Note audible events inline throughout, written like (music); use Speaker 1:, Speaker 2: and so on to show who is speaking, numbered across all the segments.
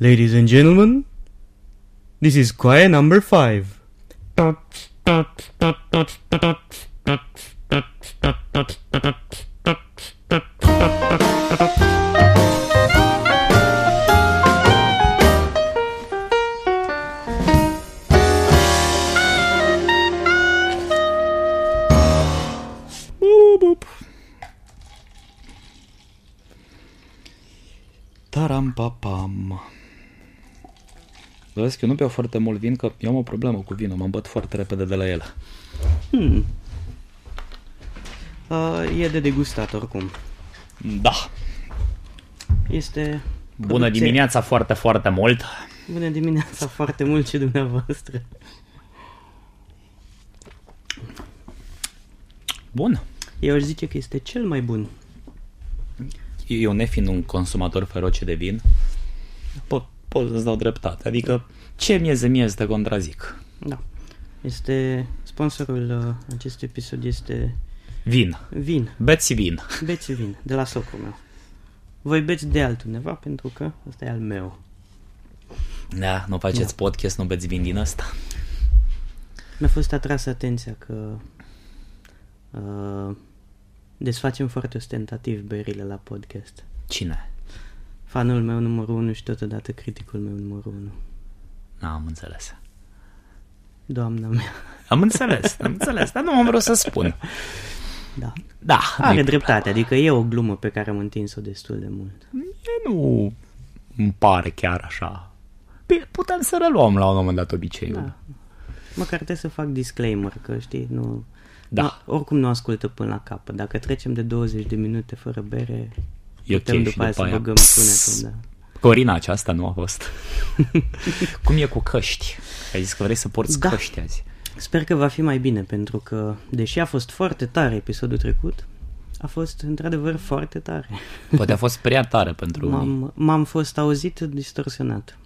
Speaker 1: Ladies and gentlemen, this is choir number five.
Speaker 2: Boop, boop. Taram-pam. Vezi că nu beau foarte mult vin, că eu am o problemă cu vinul, mă îmbăt foarte repede de la el.
Speaker 3: Uh, e de degustat oricum.
Speaker 2: Da.
Speaker 3: Este...
Speaker 2: Bună
Speaker 3: producție-
Speaker 2: dimineața foarte, foarte mult.
Speaker 3: Bună dimineața (laughs) foarte mult și dumneavoastră.
Speaker 2: Bun.
Speaker 3: Eu aș zice că este cel mai bun.
Speaker 2: Eu nefiind un consumator feroce de vin, pot, pot să-ți dau dreptate. Adică, ce mieze mie să te contrazic?
Speaker 3: Da. Este... Sponsorul uh, acestui episod este
Speaker 2: Vin.
Speaker 3: vin.
Speaker 2: Beți vin.
Speaker 3: Beți vin de la socul meu. Voi beți de altundeva pentru că ăsta e al meu.
Speaker 2: Da, nu faceți podcast, nu beți vin din ăsta.
Speaker 3: Mi-a fost atrasă atenția că uh, desfacem foarte ostentativ berile la podcast.
Speaker 2: Cine?
Speaker 3: Fanul meu numărul 1 și totodată criticul meu numărul 1.
Speaker 2: N-am înțeles.
Speaker 3: Doamna mea. (laughs)
Speaker 2: Am înțeles, am înțeles, dar nu am vrut să spun.
Speaker 3: Da.
Speaker 2: Da,
Speaker 3: Are
Speaker 2: nu-i
Speaker 3: dreptate, adică e o glumă pe care am întins-o destul de mult.
Speaker 2: Mie nu îmi pare chiar așa. Bine, putem să reluăm la un moment dat obiceiul.
Speaker 3: Da. Măcar trebuie să fac disclaimer, că știi, nu...
Speaker 2: Da.
Speaker 3: Nu- oricum nu ascultă până la capăt. Dacă trecem de 20 de minute fără bere,
Speaker 2: E
Speaker 3: putem
Speaker 2: ok și
Speaker 3: după aia
Speaker 2: după
Speaker 3: să
Speaker 2: aia.
Speaker 3: băgăm
Speaker 2: Psst.
Speaker 3: sunetul, da.
Speaker 2: Corina aceasta nu a
Speaker 3: (laughs)
Speaker 2: fost. Cum e cu căști? Ai zis că vrei să porți
Speaker 3: Da.
Speaker 2: căști azi.
Speaker 3: Sper că va fi mai bine, pentru că, deși a fost foarte tare episodul trecut, a fost într-adevăr foarte tare.
Speaker 2: Poate a fost prea tare pentru unii.
Speaker 3: M-am, m-am fost auzit distorsionat.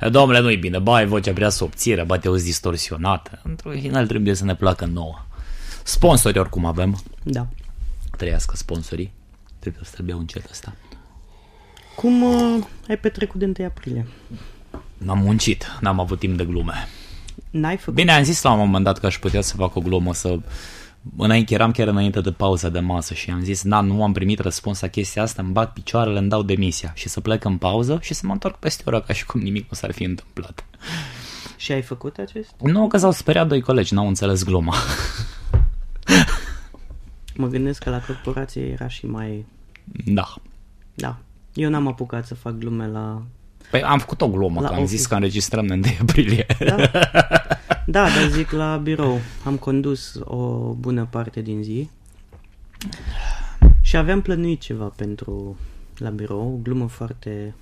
Speaker 2: Da. Domnule, nu-i bine, ba, ai vocea prea subțire, ba, te auzi distorsionată. Într-un final trebuie să ne placă nouă. Sponsori oricum avem.
Speaker 3: Da.
Speaker 2: Trăiască sponsorii. Trebuie să trebuie încet ăsta.
Speaker 3: Cum uh, ai petrecut de 1 aprilie?
Speaker 2: M-am muncit, n-am avut timp de glume.
Speaker 3: N-ai făcut...
Speaker 2: Bine, am zis la un moment dat că aș putea să fac o glumă, să... Înainte, eram chiar înainte de pauza de masă și am zis, na, nu am primit răspuns la chestia asta, îmi bag picioarele, îmi dau demisia și să plec în pauză și să mă întorc peste ora ca și cum nimic nu s-ar fi întâmplat.
Speaker 3: Și ai făcut acest?
Speaker 2: Nu, că s-au speriat doi colegi, n-au înțeles gluma. (laughs)
Speaker 3: Mă gândesc că la corporație era și mai...
Speaker 2: Da.
Speaker 3: Da. Eu n-am apucat să fac glume la...
Speaker 2: Păi am făcut o glumă,
Speaker 3: La
Speaker 2: că am
Speaker 3: office.
Speaker 2: zis că înregistrăm în 1
Speaker 3: (laughs)
Speaker 2: aprilie.
Speaker 3: Da? da, dar zic la birou. Am condus o bună parte din zi și aveam plănuit ceva pentru la birou, o glumă foarte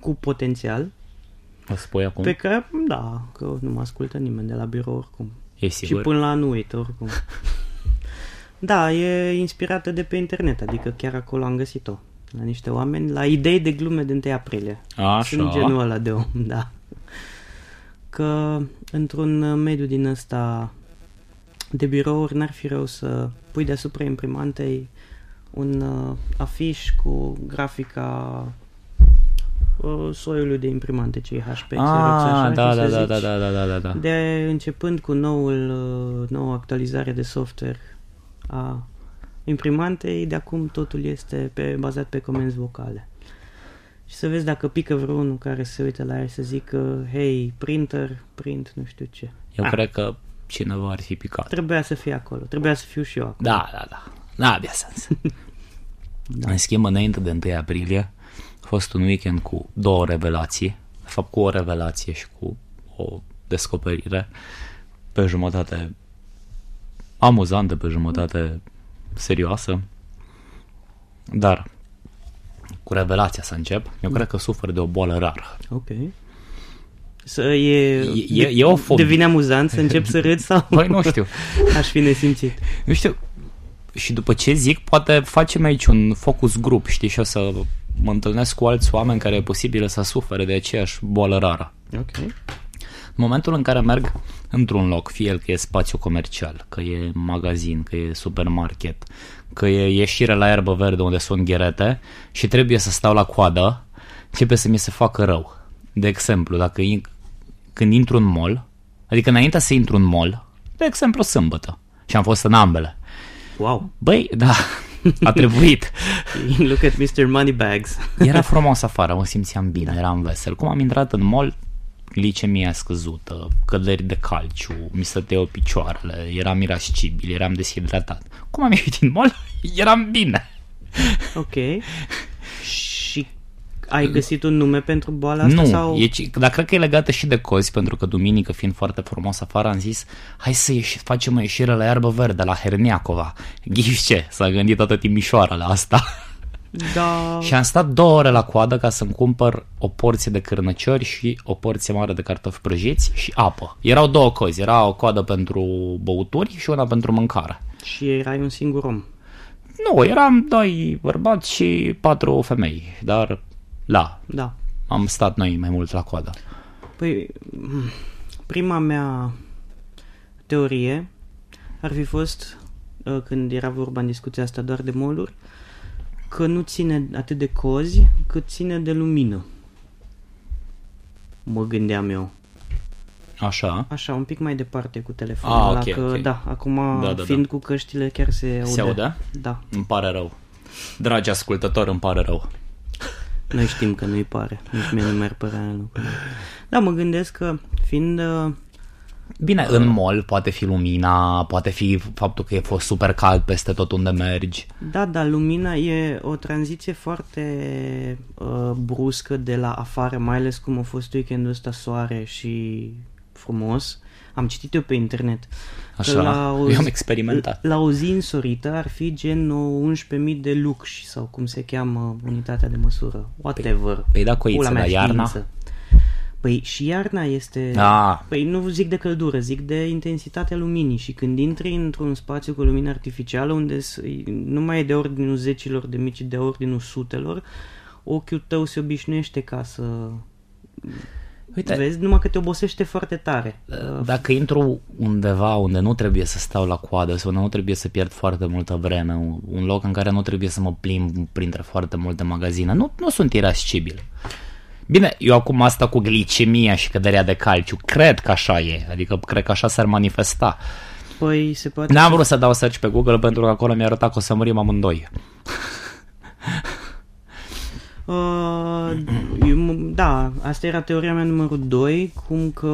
Speaker 3: cu potențial,
Speaker 2: O spui acum?
Speaker 3: pe care, da, că nu mă ascultă nimeni de la birou oricum.
Speaker 2: E
Speaker 3: Și
Speaker 2: sigur?
Speaker 3: până la anul uită, oricum. (laughs) da, e inspirată de pe internet, adică chiar acolo am găsit-o. La niște oameni, la idei de glume de 1 aprilie.
Speaker 2: Așa.
Speaker 3: Sunt genul ăla de om, da. Că într-un mediu din ăsta de birouri n-ar fi rău să pui deasupra imprimantei un uh, afiș cu grafica uh, soiului de imprimante, cei HP, Xerox, așa,
Speaker 2: Ah, da,
Speaker 3: și
Speaker 2: da,
Speaker 3: să
Speaker 2: da,
Speaker 3: zici,
Speaker 2: da, da, da, da, da, da.
Speaker 3: de începând cu noul, uh, noua actualizare de software a imprimantei, de acum totul este pe, bazat pe comenzi vocale. Și să vezi dacă pică vreunul care se uită la el să zică, hei, printer, print, nu știu ce.
Speaker 2: Eu cred că cineva ar fi picat.
Speaker 3: Trebuia să fie acolo, trebuia să fiu și eu acolo.
Speaker 2: Da, da, da. N-avea sens. (laughs) da. În schimb, înainte de 1 aprilie, a fost un weekend cu două revelații. De fapt, cu o revelație și cu o descoperire pe jumătate amuzantă, pe jumătate serioasă. Dar cu revelația să încep, eu cred că sufer de o boală rară.
Speaker 3: Ok. Să e,
Speaker 2: E- e- e o fobie.
Speaker 3: Devine amuzant să încep să râd sau
Speaker 2: Băi, Păi, nu știu.
Speaker 3: (laughs) aș fi nesimțit.
Speaker 2: Nu știu. Și după ce zic, poate facem aici un focus grup, știi, și o să mă întâlnesc cu alți oameni care e posibil să sufere de aceeași boală rară.
Speaker 3: Ok.
Speaker 2: În momentul în care merg într-un loc, fie el că e spațiu comercial, că e magazin, că e supermarket, că e ieșire la erbă verde unde sunt gherete și trebuie să stau la coadă începe să mi se facă rău. De exemplu, dacă in- când intru în mall, adică înainte să intru în mall, de exemplu sâmbătă, și am fost în ambele.
Speaker 3: Wow,
Speaker 2: Băi, da, (laughs) a trebuit.
Speaker 3: look at Mr. Moneybags.
Speaker 2: Era frumos afară, mă simțeam bine, eram vesel. Cum am intrat în mall, glicemia scăzută, căderi de calciu, mi stăteau picioarele, eram irascibil, eram deshidratat. Cum am ieșit din mall? (laughs) Eram bine.
Speaker 3: Ok. Și ai găsit un nume pentru boala asta?
Speaker 2: nu,
Speaker 3: sau...
Speaker 2: e, ci- dar cred că e legată și de cozi, pentru că duminică, fiind foarte frumos afară, am zis, hai să ieși, facem o ieșire la iarbă verde, la Herniacova. Ghiși ce, s-a gândit toată Timișoara la asta. (laughs)
Speaker 3: Da,
Speaker 2: Și am stat două ore la coadă ca să-mi cumpăr o porție de cârnăciori și o porție mare de cartofi prăjiți și apă. Erau două cozi, era o coadă pentru băuturi și una pentru mâncare.
Speaker 3: și erai un singur om.
Speaker 2: Nu, eram doi bărbați și patru femei, dar da,
Speaker 3: Da.
Speaker 2: am stat noi mai mult la coadă.
Speaker 3: Păi, m, prima mea teorie ar fi fost, uh, când era vorba în discuția asta doar de moluri, că nu ține atât de cozi, cât ține de lumină. Mă gândeam eu.
Speaker 2: Așa,
Speaker 3: Așa, un pic mai departe cu telefonul
Speaker 2: Ah,
Speaker 3: ăla,
Speaker 2: ok,
Speaker 3: că,
Speaker 2: ok.
Speaker 3: da, acum,
Speaker 2: Da,
Speaker 3: da,
Speaker 2: da,
Speaker 3: da, fiind cu căștile, chiar se aude.
Speaker 2: se aude?
Speaker 3: Da,
Speaker 2: Îmi pare rău. Dragi ascultători, îmi pare rău.
Speaker 3: noi știm că nu-i pare, nici mie nu mi-ar părea în lucru. Da, mă gândesc că, fiind... uh,
Speaker 2: Bine, în mall poate fi lumina, poate fi faptul că e fost super cald peste tot unde mergi.
Speaker 3: Da, da, lumina e o tranziție foarte uh, bruscă de la afară, mai ales cum a fost weekendul ăsta soare și frumos. Am citit eu pe internet. că
Speaker 2: Așa,
Speaker 3: o
Speaker 2: eu am
Speaker 3: zi-
Speaker 2: experimentat.
Speaker 3: La o zi însorită ar fi gen o 11.000 de lux sau cum se cheamă unitatea de măsură. Whatever.
Speaker 2: păi da, coiță,
Speaker 3: Pula mea,
Speaker 2: dar iarna?
Speaker 3: știință. Păi și iarna este...
Speaker 2: Da.
Speaker 3: Păi nu zic de căldură, zic de intensitatea luminii și când intri într-un spațiu cu lumină artificială unde s- nu mai e de ordinul zecilor de mici, de ordinul sutelor, ochiul tău se obișnuiește ca să
Speaker 2: Uite,
Speaker 3: vezi, numai că te obosește foarte tare.
Speaker 2: Ă, Dacă intru undeva unde nu trebuie să stau la coadă sau unde nu trebuie să pierd foarte multă vreme, un- un loc în care nu trebuie să mă plimb printre foarte multe magazine, nu, nu sunt irascibil. Bine, eu acum asta cu glicemia și căderea de calciu, cred că așa e, adică cred că așa s-ar manifesta.
Speaker 3: Păi se poate...
Speaker 2: N-am vrut să dau search pe Google pentru că acolo mi-a arătat că o să murim amândoi.
Speaker 3: Uh, eu m- da, asta era teoria mea numărul 2, cum că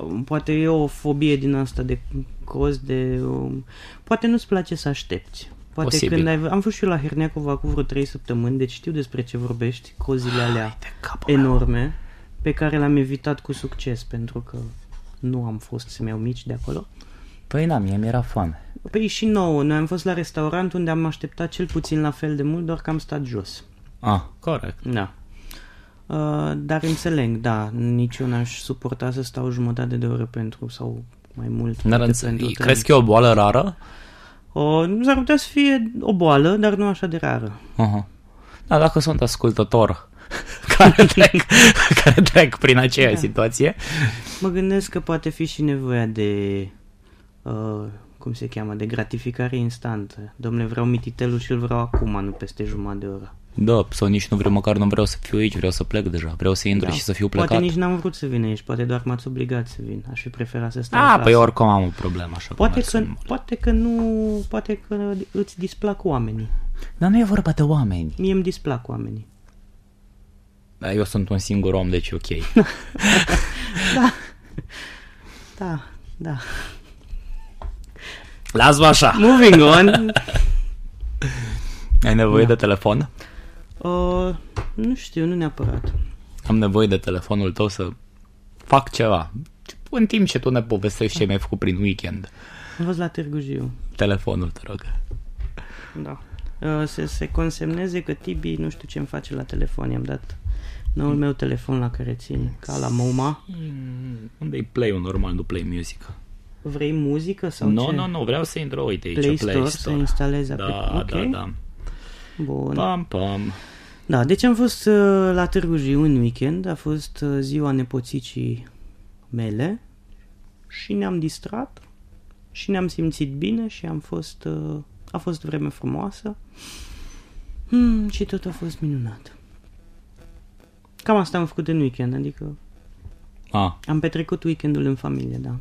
Speaker 3: um, poate e o fobie din asta de cozi, de... um, Poate nu-ți place să aștepți. Poate
Speaker 2: Posibil.
Speaker 3: când ai, am fost și eu la Herneacova acum vreo 3 săptămâni, deci știu despre ce vorbești, cozile alea
Speaker 2: De capul meu.
Speaker 3: enorme, pe care le-am evitat cu succes, pentru că nu am fost să-mi iau mici de acolo.
Speaker 2: Păi da, mie mi-era foame.
Speaker 3: Păi și nouă, noi am fost la restaurant unde am așteptat cel puțin la fel de mult, doar că am stat jos.
Speaker 2: Ah, corect.
Speaker 3: Da. Uh, dar înțeleg, da, nici eu n-aș suporta să stau jumătate de oră pentru sau mai mult.
Speaker 2: Dar
Speaker 3: poate,
Speaker 2: înțe-
Speaker 3: trei.
Speaker 2: crezi că e o boală rară?
Speaker 3: O, Uh, s-ar putea să fie o boală, dar nu așa de rară.
Speaker 2: Aha. Da, dacă sunt ascultător (laughs) care (laughs) trec, care trec prin aceea
Speaker 3: Da.
Speaker 2: situație,
Speaker 3: Mă gândesc că poate fi și nevoia de, uh, cum se cheamă, de gratificare instantă. Domnule, vreau mititelul și îl vreau acum, nu peste jumătate de oră.
Speaker 2: da, sau nici nu vreau, măcar nu vreau să fiu aici, vreau să plec deja, vreau să intru
Speaker 3: Da.
Speaker 2: da. și să fiu
Speaker 3: poate
Speaker 2: plecat.
Speaker 3: nici n-am vrut să vin aici, poate doar m-ați obligat să vin. Aș fi preferat să stau în
Speaker 2: A,
Speaker 3: clasă.
Speaker 2: păi oricum am o problemă așa. cu
Speaker 3: Poate
Speaker 2: mersul
Speaker 3: că,
Speaker 2: în mall.
Speaker 3: poate că nu, poate că îți displac oamenii.
Speaker 2: Dar nu e vorba de oameni.
Speaker 3: Mie îmi displac oamenii.
Speaker 2: Da, eu sunt un singur om, deci e (laughs) ok.
Speaker 3: Da, da.
Speaker 2: Las-mă așa.
Speaker 3: Moving (laughs) on.
Speaker 2: Ai
Speaker 3: Da.
Speaker 2: nevoie de telefon?
Speaker 3: Uh, nu știu, nu neapărat.
Speaker 2: Am nevoie de telefonul tău să fac ceva. În timp ce tu ne povestești ce mi-ai făcut prin weekend.
Speaker 3: Am fost la Târgu Jiu.
Speaker 2: Telefonul, te rog.
Speaker 3: Da. Uh, să se consemneze că Tibi nu știu ce îmi face la telefon. I-am dat noul meu telefon la care țin, ca la MoMA. Mm.
Speaker 2: Unde e play-ul normal, nu play music?
Speaker 3: Vrei muzică sau
Speaker 2: Nu,
Speaker 3: ce?
Speaker 2: nu, nu, vreau să intru, uite aici,
Speaker 3: Play
Speaker 2: Play
Speaker 3: Store,
Speaker 2: Store.
Speaker 3: să instalezi
Speaker 2: da,
Speaker 3: aplic-
Speaker 2: okay. da,
Speaker 3: ok.
Speaker 2: da.
Speaker 3: Bun.
Speaker 2: Pam, pam.
Speaker 3: Da, deci am fost uh, la Târgu Jiu în weekend, a fost uh, ziua nepoțicii mele și ne-am distrat și ne-am simțit bine și am fost, uh, a fost vreme frumoasă hmm, și tot a fost minunat. Cam asta am făcut în weekend, adică
Speaker 2: A,
Speaker 3: am petrecut weekendul în familie, da.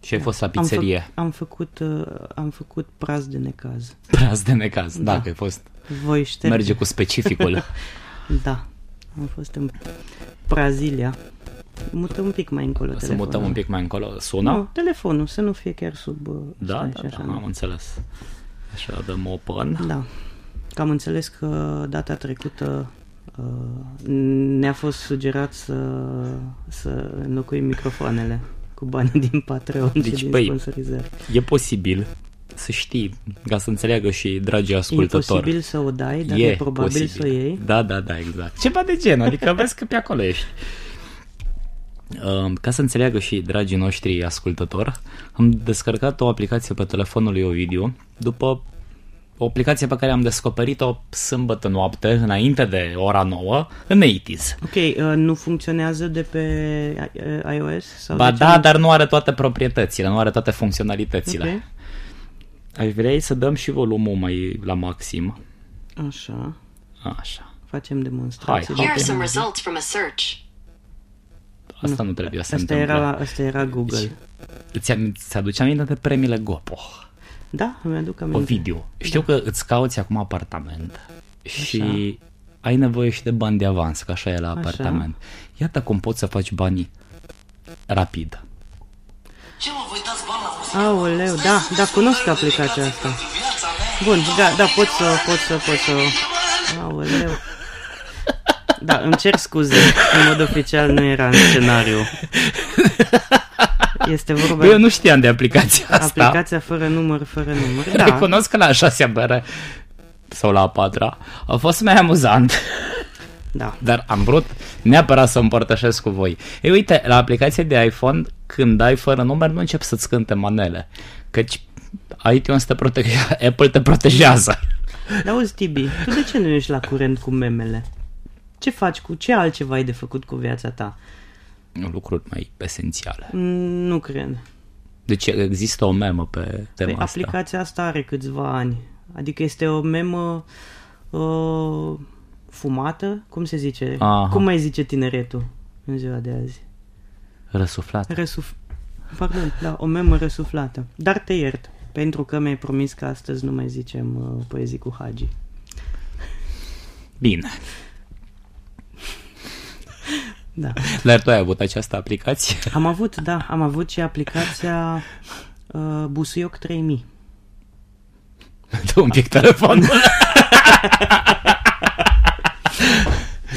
Speaker 2: și ai fost la
Speaker 3: Am fă-
Speaker 2: pizzerie. (laughs)
Speaker 3: Am făcut, uh, am făcut praz de necaz.
Speaker 2: Praz de necaz, da.
Speaker 3: Da.
Speaker 2: dacă ai fost.
Speaker 3: Voi șterge.
Speaker 2: Merge cu
Speaker 3: (laughs)
Speaker 2: specificul.
Speaker 3: Da. Am fost în Brazilia. Mutăm un pic mai încolo
Speaker 2: Să
Speaker 3: telefonul.
Speaker 2: mutăm un pic mai încolo. Sună?
Speaker 3: Nu, telefonul, să nu fie chiar sub... uh,
Speaker 2: Da,
Speaker 3: stai
Speaker 2: da,
Speaker 3: și
Speaker 2: da, am
Speaker 3: nu?
Speaker 2: înțeles. Așa, dăm open.
Speaker 3: Da. Că am înțeles că data trecută uh, ne-a fost sugerat să, să înlocuim microfoanele cu bani din Patreon
Speaker 2: Deci,
Speaker 3: și din
Speaker 2: băi,
Speaker 3: sponsorizări.
Speaker 2: E posibil să știi, ca să înțeleagă și dragii
Speaker 3: E
Speaker 2: ascultători.
Speaker 3: posibil să o dai, dar
Speaker 2: e
Speaker 3: e probabil
Speaker 2: posibil.
Speaker 3: să o iei.
Speaker 2: Da, da, da, exact. Ceva de genul, adică vezi că pe acolo ești. Um, Ca să înțeleagă și dragii noștri ascultători, am descărcat o aplicație pe telefonul lui Ovidiu după o aplicație pe care am descoperit-o sâmbătă noapte, înainte de ora 9, în 80s.
Speaker 3: Ok, uh, nu funcționează de pe uh, iOS? Sau
Speaker 2: Ba
Speaker 3: de
Speaker 2: da, dar nu are toate proprietățile, nu are toate funcționalitățile.
Speaker 3: Okay.
Speaker 2: Aș vrea să dăm și volumul mai la maxim.
Speaker 3: Așa,
Speaker 2: Așa.
Speaker 3: facem demonstrații.
Speaker 2: Hai,
Speaker 4: Here
Speaker 2: hai.
Speaker 4: are some results from a search.
Speaker 2: Asta nu trebuia să
Speaker 3: Asta
Speaker 2: întâmple.
Speaker 3: era, asta era
Speaker 2: Deci,
Speaker 3: Google.
Speaker 2: Îți, am, îți aduce aminte de premiile Gopo,
Speaker 3: Da, îmi aduc
Speaker 2: pe
Speaker 3: aminte.
Speaker 2: video. Știu că îți cauți acum apartament și ai nevoie și de bani de avans, că așa e la
Speaker 3: Așa.
Speaker 2: apartament. Iată cum poți să faci banii rapid.
Speaker 5: Ce mă, voi dați bani la muzică?
Speaker 3: Aoleu, da, da, cunosc aplicația asta. Bun, da, da, pot să, pot să, pot să... Aoleu. Da, îmi cer scuze, în mod oficial nu era în scenariu. Este vorba
Speaker 2: Bă, eu
Speaker 3: de
Speaker 2: nu știam de aplicația asta. (laughs)
Speaker 3: aplicația fără număr, fără număr. Da,
Speaker 2: Recunosc că la a șasea bere sau la a patra a fost mai amuzant. (laughs)
Speaker 3: da.
Speaker 2: dar am vrut neapărat să împărtășesc cu voi. Ei, uite, la aplicația de iPhone, când dai fără număr, nu încep să-ți cânte manele, căci iTunes te protejează, (laughs) Apple te protejează.
Speaker 3: Dar auzi, Tibi, tu de ce nu ești la curent cu memele? Ce faci cu, ce altceva ai de făcut cu viața ta?
Speaker 2: Lucruri mai esențiale.
Speaker 3: Mm, Nu cred.
Speaker 2: Deci există o memă pe tema
Speaker 3: Păi
Speaker 2: asta.
Speaker 3: aplicația asta are câțiva ani. Adică este o memă uh, fumată, cum se zice?
Speaker 2: Aha.
Speaker 3: Cum mai zice tineretul în ziua de azi?
Speaker 2: Răsuflată.
Speaker 3: Răsuf... Pardon, da, o memă răsuflată. Dar te iert, pentru că mi-ai promis că astăzi nu mai zicem uh, poezii cu Hagi.
Speaker 2: Bine.
Speaker 3: Da.
Speaker 2: Dar tu ai avut această aplicație? (laughs)
Speaker 3: Am avut, da, am avut și aplicația uh, Busuioc 3000.
Speaker 2: Dă un pic
Speaker 3: (laughs)
Speaker 2: telefonul.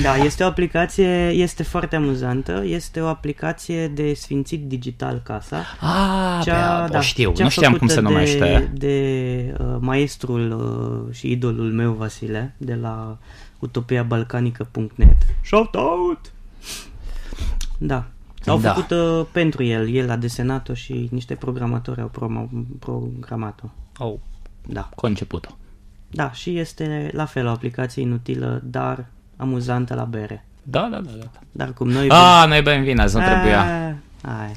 Speaker 3: Da, este o aplicație, este foarte amuzantă, este o aplicație de sfințit digital casa.
Speaker 2: Ah,
Speaker 3: cea,
Speaker 2: pe-
Speaker 3: da,
Speaker 2: o știu.
Speaker 3: cea
Speaker 2: Nu știam cum se
Speaker 3: făcută
Speaker 2: numește.
Speaker 3: De, de uh, maestrul uh, și idolul meu, Vasile, de la utopiabalcanică.net. Shout out! Da. Au
Speaker 2: Da.
Speaker 3: făcut uh, pentru el, el a desenat-o și niște programatori au promo- programat-o.
Speaker 2: Au
Speaker 3: Da.
Speaker 2: conceput-o.
Speaker 3: Da, și este la fel o aplicație inutilă, dar amuzantă la bere.
Speaker 2: Da, da, da. da.
Speaker 3: Dar cum noi... Ah,
Speaker 2: Ah, noi bem vina, nu trebuia.
Speaker 3: Ai.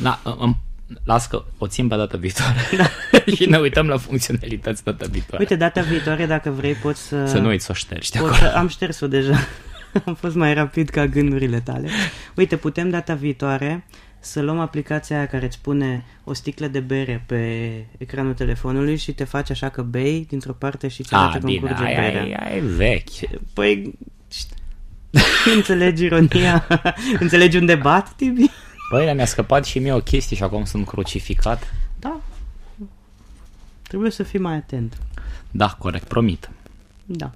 Speaker 2: Da, îmi, las că o țin pe data viitoare (laughs) și ne uităm la funcționalități data viitoare.
Speaker 3: Da. Uite, data viitoare, dacă vrei, poți să...
Speaker 2: să nu uiți să o ștergi de
Speaker 3: O
Speaker 2: acolo.
Speaker 3: să, am șters-o deja. (laughs) am fost mai rapid ca gândurile tale. Uite, putem data viitoare să luăm aplicația aia care îți pune o sticlă de bere pe ecranul telefonului și te faci așa că bei dintr-o parte și ți arată
Speaker 2: Ah,
Speaker 3: cum
Speaker 2: bine,
Speaker 3: curge
Speaker 2: aia,
Speaker 3: berea.
Speaker 2: aia, aia e vechi.
Speaker 3: Păi, șt-
Speaker 2: (laughs)
Speaker 3: înțelegi ironia? înțelegi un debat, Tibi?
Speaker 2: Băi, dar mi-a scăpat și mie o chestie și acum sunt crucificat.
Speaker 3: Da. Trebuie să fii mai atent.
Speaker 2: Da, corect, promit.
Speaker 3: Da.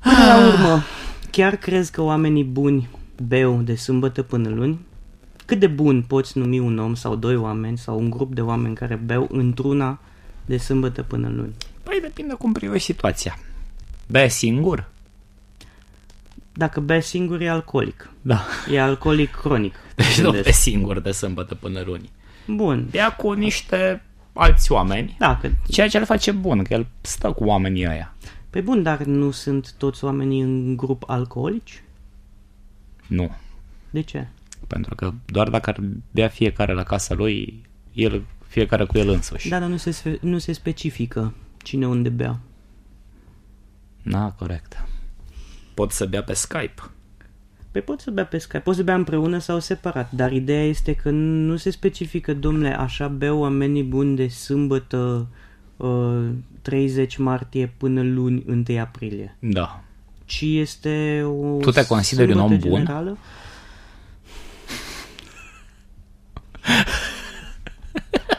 Speaker 3: Până la urmă, chiar crezi că oamenii buni beau de sâmbătă până luni? Cât de bun poți numi un om sau doi oameni sau un grup de oameni care beau într-una de sâmbătă până luni?
Speaker 2: Păi, depinde cum privești situația. Be singur?
Speaker 3: Dacă bei singur e alcoolic.
Speaker 2: Da. (laughs)
Speaker 3: E alcoolic cronic.
Speaker 2: Deci nu
Speaker 3: gândesc.
Speaker 2: be singur de sâmbătă până luni.
Speaker 3: Bun.
Speaker 2: Bea cu niște alți oameni,
Speaker 3: Dacă.
Speaker 2: ceea ce îl face bun, că el stă cu oamenii ăia.
Speaker 3: Păi bun, dar nu sunt toți oamenii în grup alcoolici?
Speaker 2: Nu,
Speaker 3: De ce?
Speaker 2: Pentru că doar dacă ar bea fiecare la casa lui, el, fiecare cu el însuși.
Speaker 3: Da, dar nu se, sfe- nu se specifică cine unde bea.
Speaker 2: Na, Da, corect. pot să bea pe Skype.
Speaker 3: Pe Păi poți să bea pe Skype, poți să bea împreună sau separat, dar ideea este că nu se specifică, domnule, așa beau oamenii buni de sâmbătă uh, 30 martie până luni 1 aprilie,
Speaker 2: Da.
Speaker 3: ci este o
Speaker 2: Tu te consideri un om
Speaker 3: sâmbătă
Speaker 2: bun?
Speaker 3: Generală.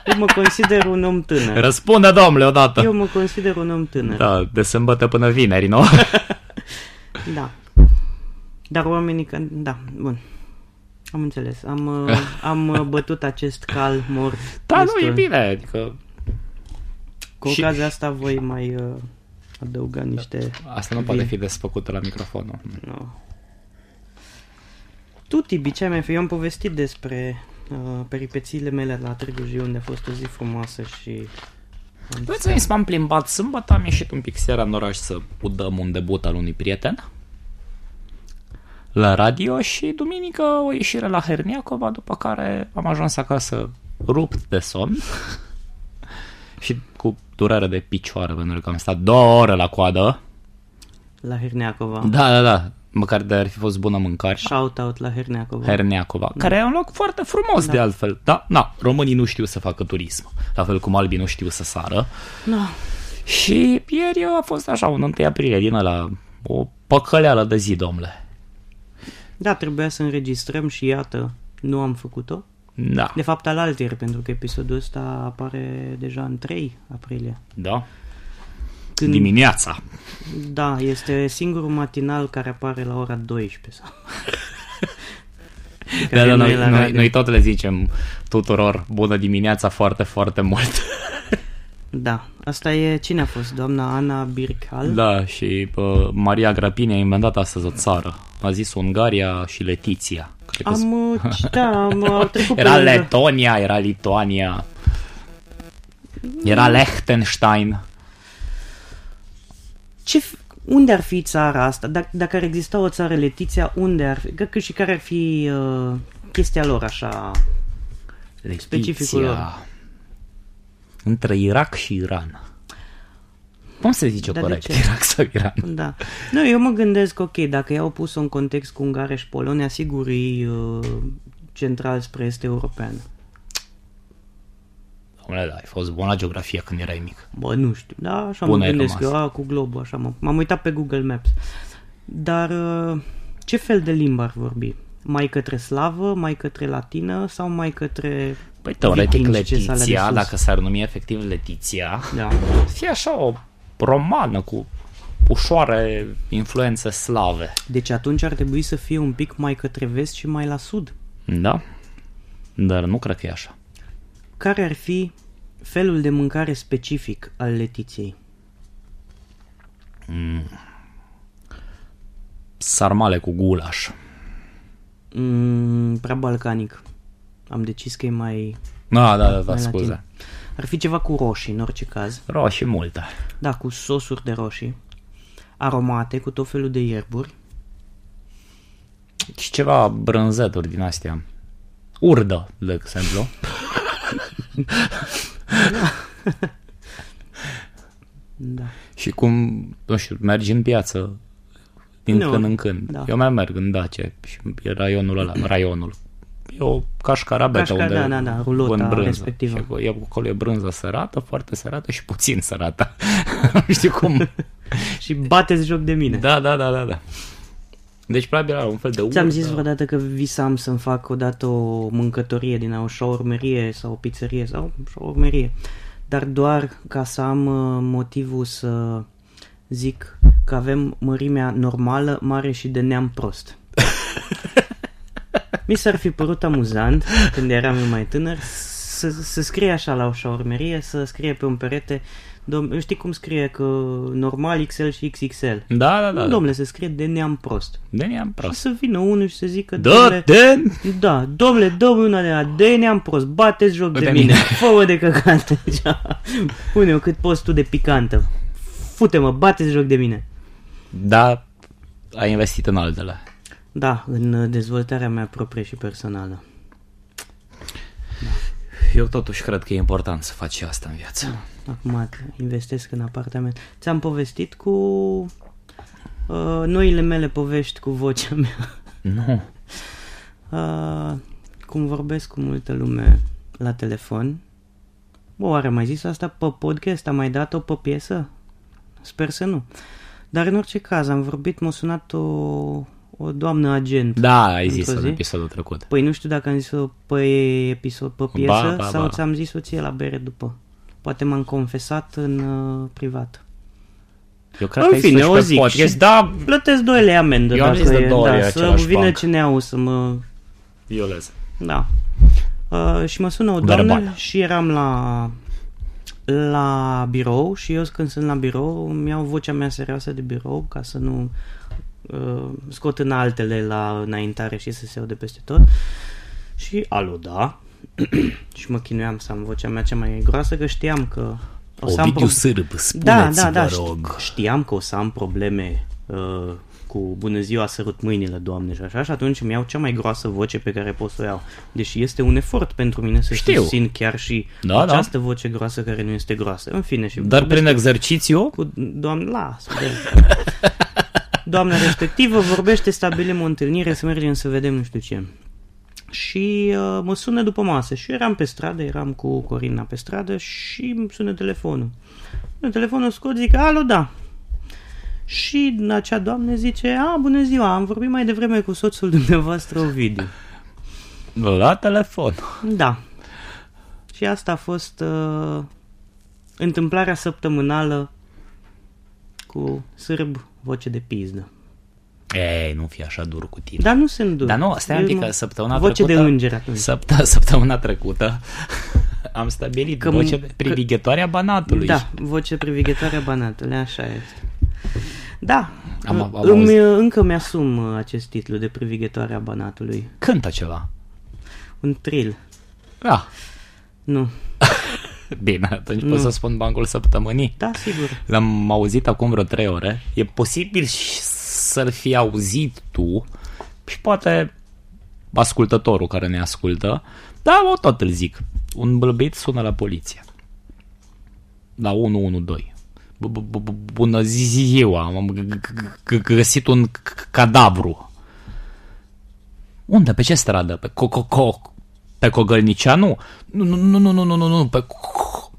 Speaker 3: Eu mă consider un om tânăr.
Speaker 2: Răspunde, domnule, odată!
Speaker 3: Eu mă consider un om tânăr.
Speaker 2: Da, de sâmbătă până vineri, (laughs) nu?
Speaker 3: Da. Dar oamenii că... Da, bun. Am înțeles.
Speaker 2: (laughs)
Speaker 3: Am, uh, am uh, bătut acest cal mort.
Speaker 2: da,
Speaker 3: Este-
Speaker 2: nu, e bine, adică
Speaker 3: Cu
Speaker 2: Și- Da.
Speaker 3: ocazia asta voi mai uh, adăuga niște...
Speaker 2: asta nu poate
Speaker 3: Bine.
Speaker 2: fi desfăcută la microfon. Nu.
Speaker 3: No. Tu, Tibi, ce mi-ai fi? Eu am povestit despre uh, peripețiile mele la Târgu Jiu, unde a fost o zi frumoasă și...
Speaker 2: Băi, ți-am zis, m-am plimbat sâmbătă, am ieșit un pic seara în oraș să udăm un debut al unui prieten la radio și duminică o ieșire la Herniacova, după care am ajuns acasă rupt de somn (laughs) și cu durere de picioare, pentru că am stat două ore la coadă.
Speaker 3: La Herneacova.
Speaker 2: Da, da, da, măcar de ar fi fost bună mâncare și
Speaker 3: Shout-out la Herneacova.
Speaker 2: Herneacova, care e un loc foarte frumos da. de altfel. Da, na, românii nu știu să facă turism, la fel cum albii nu știu să sară.
Speaker 3: no.
Speaker 2: Și ieri a fost așa, un 1 aprilie din ăla, o păcăleală de zi, domnule.
Speaker 3: Da, trebuia să înregistrăm și iată, nu am făcut-o.
Speaker 2: Da.
Speaker 3: De fapt, al altieri, pentru că episodul ăsta apare deja în 3 aprilie.
Speaker 2: Da. Când... Dimineața.
Speaker 3: Da, este singurul matinal care apare la ora 12.
Speaker 2: (laughs)
Speaker 3: Sau... Care
Speaker 2: Da, da,
Speaker 3: nu e
Speaker 2: noi,
Speaker 3: la
Speaker 2: noi,
Speaker 3: radio.
Speaker 2: noi tot le zicem tuturor bună dimineața foarte, foarte mult. (laughs)
Speaker 3: Da, asta e cine a fost? Doamna Ana Bircal?
Speaker 2: Da, și uh, Maria Grapini a inventat astăzi o țară. A zis Ungaria și Letiția. Cred că
Speaker 3: Am, uh, ci- da, am
Speaker 2: (laughs)
Speaker 3: au trecut pe
Speaker 2: Era
Speaker 3: lângă.
Speaker 2: Letonia, era Lituania. Era Liechtenstein.
Speaker 3: Ce, f- unde ar fi țara asta? Dacă, dacă ar exista o țară Letiția, unde ar fi? Cred că și care ar fi uh, chestia lor așa? Specificul lor.
Speaker 2: Letiția. Între Irak și Iran. Cum se zice
Speaker 3: Dar de
Speaker 2: corect?
Speaker 3: ce?
Speaker 2: Irak sau Iran?
Speaker 3: Da. Nu, eu mă gândesc, ok, dacă i-au pus-o în context cu Ungaria și Polonia, sigur e uh, central spre est european.
Speaker 2: Domnule, da, ai fost bun la geografie când erai mic.
Speaker 3: Bă, nu știu, da, așa
Speaker 2: Bună
Speaker 3: mă
Speaker 2: ai
Speaker 3: gândesc
Speaker 2: rămas.
Speaker 3: eu, a, cu globul, așa, mă, m-am uitat pe Google Maps. Dar uh, ce fel de limbă ar vorbi? Mai către slavă, mai către latină sau mai către...
Speaker 2: Păi teoretic
Speaker 3: vikingi ce sale de
Speaker 2: Letiția,
Speaker 3: sus?
Speaker 2: dacă s-ar numi efectiv Letiția,
Speaker 3: Da.
Speaker 2: fie așa o romană cu ușoare influențe slave.
Speaker 3: Deci atunci ar trebui să fie un pic mai către vest și mai la sud.
Speaker 2: Da? Dar nu cred că e așa.
Speaker 3: Care ar fi felul de mâncare specific al Letiției?
Speaker 2: Sarmale cu gulaș. Ah,
Speaker 3: Mm, prea balcanic. Am decis că e mai...
Speaker 2: Da, da, da, da
Speaker 3: mai
Speaker 2: scuze.
Speaker 3: latin. Ar fi ceva cu roșii, în orice caz.
Speaker 2: Roșii multe.
Speaker 3: Da, cu sosuri de roșii. Aromate, cu tot felul de ierburi.
Speaker 2: Și ceva brânzeturi din astea. Urdă, de exemplu.
Speaker 3: (laughs) Da.
Speaker 2: Și cum, nu știu, mergi în piață din
Speaker 3: Nu,
Speaker 2: când în când.
Speaker 3: da.
Speaker 2: Eu mai merg în Dace și e raionul
Speaker 3: (clears throat)
Speaker 2: ăla, raionul. E o cașcarabetă
Speaker 3: Cașcar-
Speaker 2: unde
Speaker 3: da, da, da, rulota
Speaker 2: pun
Speaker 3: respectivă.
Speaker 2: Și acolo- e, acolo e brânză sărată, foarte sărată și puțin sărată. (laughs) nu știu
Speaker 3: (laughs)
Speaker 2: cum.
Speaker 3: Și bateți joc de mine. Da.
Speaker 2: da, da, da, da, da. Deci probabil are un fel de urdă.
Speaker 3: Ți-am zis vreodată că visam să-mi fac odată o mâncătorie din aia, o șaurmerie sau o pizzerie sau o șaurmerie. Dar doar ca să am uh, motivul să zic că avem mărimea normală, mare și de neam
Speaker 2: (laughs)
Speaker 3: prost. Mi s-ar fi părut amuzant, când eram eu mai tânăr, să, să scrie așa la o șaurmerie, să scrie pe un perete, dom- știi cum scrie că normal XL și XXL.
Speaker 2: Da, da, da.
Speaker 3: Nu,
Speaker 2: da.
Speaker 3: domnule, se scrie de neam prost.
Speaker 2: Deni am prost.
Speaker 3: Să vină unul și să zică,
Speaker 2: Da, den!
Speaker 3: da, domnule, dă-mi una de la de neam prost, bateți joc de,
Speaker 2: De
Speaker 3: mine,
Speaker 2: mine.
Speaker 3: fă-mă de căcat (laughs) deja. Pune-o cât poți tu de picantă. Fute-mă, bateți joc de mine.
Speaker 2: Da, ai investit în altele.
Speaker 3: Da, în uh, dezvoltarea mea proprie și personală.
Speaker 2: Eu totuși cred că e important să faci și asta în viață.
Speaker 3: Acum investesc în apartament. Ți-am povestit cu uh, noile mele povești cu vocea mea.
Speaker 2: Nu.
Speaker 3: Uh, cum vorbesc cu multă lume la telefon. Bă, oare am mai zis asta pe podcast? Am mai dat-o pe piesă? Sper să nu. Dar în orice caz, am vorbit, m-a sunat o, o doamnă agent.
Speaker 2: Da, ai zis
Speaker 3: Într-o
Speaker 2: în
Speaker 3: zi?
Speaker 2: episodul trecut.
Speaker 3: Păi nu știu dacă am zis-o pe episod, pe piesă,
Speaker 2: ba,
Speaker 3: sau
Speaker 2: ba.
Speaker 3: ți-am zis-o ție la bere după. Poate m-am confesat în uh, privat.
Speaker 2: Eu cred
Speaker 3: În
Speaker 2: că ai
Speaker 3: fine,
Speaker 2: spus
Speaker 3: o
Speaker 2: pe
Speaker 3: zic
Speaker 2: podcast,
Speaker 3: și-
Speaker 2: da,
Speaker 3: Plătesc 2 lei amendă
Speaker 2: Eu am
Speaker 3: dacă
Speaker 2: zis de
Speaker 3: e,
Speaker 2: două ori
Speaker 3: da, să
Speaker 2: același
Speaker 3: vină
Speaker 2: banc.
Speaker 3: cine au să mă...
Speaker 2: violez.
Speaker 3: Da. Uh, și mă sună o
Speaker 2: Verbal.
Speaker 3: doamnă și eram la la birou și eu când sunt la birou îmi iau vocea mea serioasă de birou ca să nu uh, scot în altele la înaintare și să se aude peste tot și alo da (clears throat) și mă chinuiam să am vocea mea cea mai groasă că știam că o să am
Speaker 2: Ovidiu
Speaker 3: pro-
Speaker 2: Sârb,
Speaker 3: da,
Speaker 2: spuneți,
Speaker 3: da, da,
Speaker 2: vă rog.
Speaker 3: ști- știam că o să am probleme uh, cu bună ziua, sărut mâinile, doamne, și așa, și atunci îmi iau cea mai groasă voce pe care pot să o iau. Deși este un efort pentru mine să
Speaker 2: Știu.
Speaker 3: susțin chiar și
Speaker 2: Da, da.
Speaker 3: această voce groasă care nu este groasă. În fine, și
Speaker 2: Dar
Speaker 3: vorbesc
Speaker 2: prin exercițiu,
Speaker 3: cu doamna, lasă, de- doamna respectivă vorbește, stabilim o întâlnire, să mergem să vedem nu știu ce. Și uh, mă sună după masă și eu eram pe stradă, eram cu Corina pe stradă și îmi sună telefonul. În telefonul scot, zic, alo, da. Și acea doamnă zice, a, bună ziua, am vorbit mai devreme cu soțul dumneavoastră, Ovidiu.
Speaker 2: la telefon.
Speaker 3: Da. Și asta a fost uh, întâmplarea săptămânală cu sârb voce de pizdă.
Speaker 2: Ei, Eh, nu fi așa dur cu tine.
Speaker 3: Dar nu sunt dur.
Speaker 2: Dar nu, stai un
Speaker 3: Da. Eu
Speaker 2: pic,
Speaker 3: mă-
Speaker 2: că săptămâna
Speaker 3: voce
Speaker 2: trecută...
Speaker 3: de înger atunci.
Speaker 2: Săptă, (laughs) săptămâna trecută am stabilit
Speaker 3: Că
Speaker 2: că
Speaker 3: m-
Speaker 2: voce
Speaker 3: că-
Speaker 2: privighetoarea Banatului.
Speaker 3: Da, voce privighetoare a Banatului, așa este. Da,
Speaker 2: Am-
Speaker 3: am,
Speaker 2: am
Speaker 3: am îmi,
Speaker 2: auzit.
Speaker 3: încă mi-asum uh, acest titlu de privighetoare a Banatului.
Speaker 2: Cântă ceva.
Speaker 3: Un trill.
Speaker 2: Da.
Speaker 3: Nu,
Speaker 2: Bine, atunci pot să spun bancul săptămânii.
Speaker 3: da, sigur.
Speaker 2: L-am auzit acum vreo trei ore. E posibil și să-l fi auzit tu și poate ascultătorul care ne ascultă, dar o tot îl zic. Un bâlbit sună la poliție. La 112. Bu- bu- bu- bu- Bună ziua, am g- g- g- g- găsit un c- c- cadavru. Unde? Pe ce stradă? Pe co co co pe Cogălnicianu? Nu, nu, nu, nu, nu, nu, nu, nu, pe Co-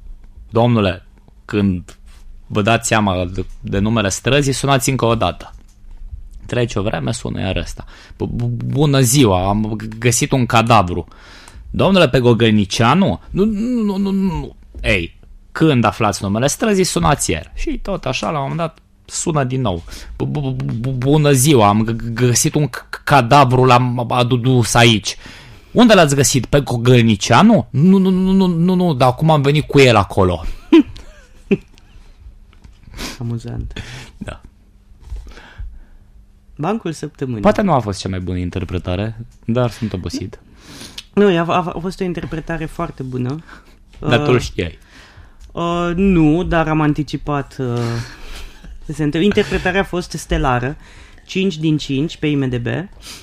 Speaker 2: Domnule, când vă dați seama de, de numele străzii, sunați încă o dată. Trece o vreme, sună iar ăsta. Bu- bu- Bună ziua, am g- găsit un cadavru. Domnule pe Gogălnicianu? Nu, nu, nu, nu, nu. Ei, când aflați numele străzii, sunați ieri. Și tot așa, la un moment dat, sună din nou. Bu- bu- bu- bu- Bună ziua, am g- g- găsit un c- cadavru, l-am adus aici. Unde l-ați găsit? Pe Gogălnicianu? Nu, nu, nu, nu, nu, nu, dar acum am venit cu el acolo.
Speaker 3: Amuzant.
Speaker 2: Da.
Speaker 3: Bancul săptămânii.
Speaker 2: Mm. Poate nu a fost cea mai bună interpretare, dar sunt obosit.
Speaker 3: Nu, a, a, a fost o interpretare foarte bună.
Speaker 2: Dar tu
Speaker 3: Uh,
Speaker 2: îl știai.
Speaker 3: Uh, nu, dar am anticipat. Uh, să se întâmple. Interpretarea a fost stelară. 5 din 5 pe IMDB.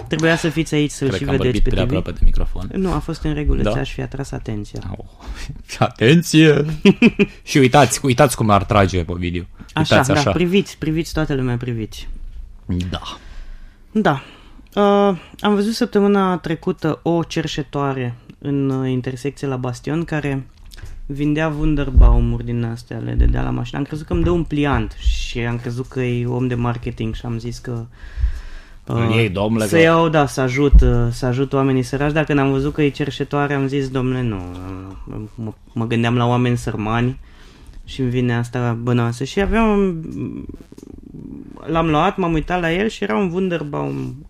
Speaker 3: Trebuia să fiți aici să-l
Speaker 2: Cred
Speaker 3: și
Speaker 2: că am
Speaker 3: vedeți
Speaker 2: vorbit
Speaker 3: pe
Speaker 2: prea
Speaker 3: TV.
Speaker 2: aproape de microfon.
Speaker 3: Nu, a fost în regulă, da.
Speaker 2: Da.
Speaker 3: ți-aș fi atras atenția.
Speaker 2: Au. (laughs)
Speaker 3: (laughs)
Speaker 2: Atenție! și uitați, uitați cum ar trage pe video.
Speaker 3: Așa,
Speaker 2: Uitați
Speaker 3: da,
Speaker 2: așa.
Speaker 3: priviți, priviți, toată lumea priviți.
Speaker 2: da.
Speaker 3: Da. Uh, am văzut săptămâna trecută o cerșetoare în uh, intersecție la Bastion care vindea Wunderbaumuri din astea ale de la mașină. Am crezut că îmi dă un pliant și am crezut că e om de marketing și am zis că uh,
Speaker 2: Îl iei, domnule,
Speaker 3: să
Speaker 2: că-
Speaker 3: iau, da, să ajut, uh, să ajut oamenii săraci. Dacă n-am văzut că e cerșetoare, am zis, domnule, nu, uh, mă, mă gândeam la oameni sărmani și îmi vine asta bănoasă. Și aveam un- l-am luat, m-am uitat la el și era un Wunderbaum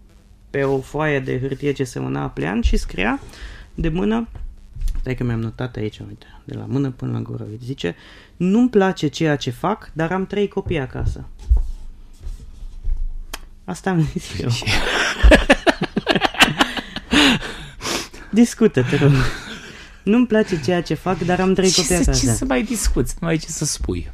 Speaker 3: pe o foaie de hârtie ce semăna plean și scria de mână Stai că mi-am notat aici, uite, de la mână până la gură. Uite, zice, nu-mi place ceea ce fac, dar am trei copii acasă. Asta am zis eu.
Speaker 2: Deci-
Speaker 3: (laughs) Discută, te rog. Nu-mi place ceea ce fac, dar am trei
Speaker 2: Ce
Speaker 3: copii
Speaker 2: să,
Speaker 3: acasă.
Speaker 2: ce să mai discuți? Nu ai ce să spui.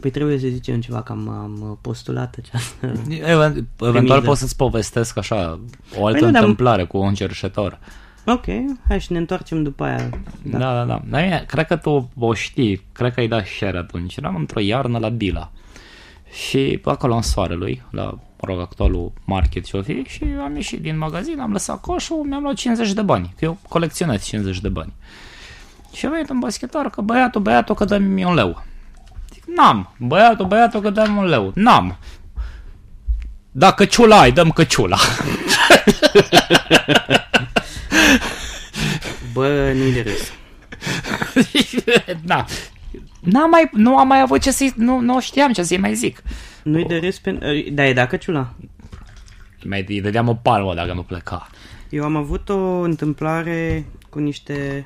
Speaker 3: Păi trebuie să zicem ceva că am, am postulat această...
Speaker 2: Even-
Speaker 3: Premiză.
Speaker 2: Eventual pot să-ți povestesc așa o altă
Speaker 3: Păi nu, dar-
Speaker 2: întâmplare cu un cerșetor.
Speaker 3: Ok, hai și ne întoarcem după aia.
Speaker 2: Da, da, da. Dar mie, cred că tu o știi, cred că ai dat share atunci. Eram într-o iarnă la Bila. Și acolo în soarelui, la, mă rog, actualul market și o fi, și am ieșit din magazin, am lăsat coșul, mi-am luat 50 de bani, că eu colecționez 50 de bani. Și a venit un baschetar că băiatul, băiatul, că dăm un leu. Zic, n-am, băiatul, băiatul, că dăm un leu. N-am. Dacă ciula (laughs) ai, dăm căciula.
Speaker 3: Bă, nu-i de râs.
Speaker 2: da. N-am mai, nu am mai avut ce să-i, nu, nu știam ce să-i mai zic.
Speaker 3: Nu-i de râs pentru... Da, e dacă ciula.
Speaker 2: Mai îi dădeam o palmă dacă nu pleca.
Speaker 3: Eu am avut o întâmplare cu niște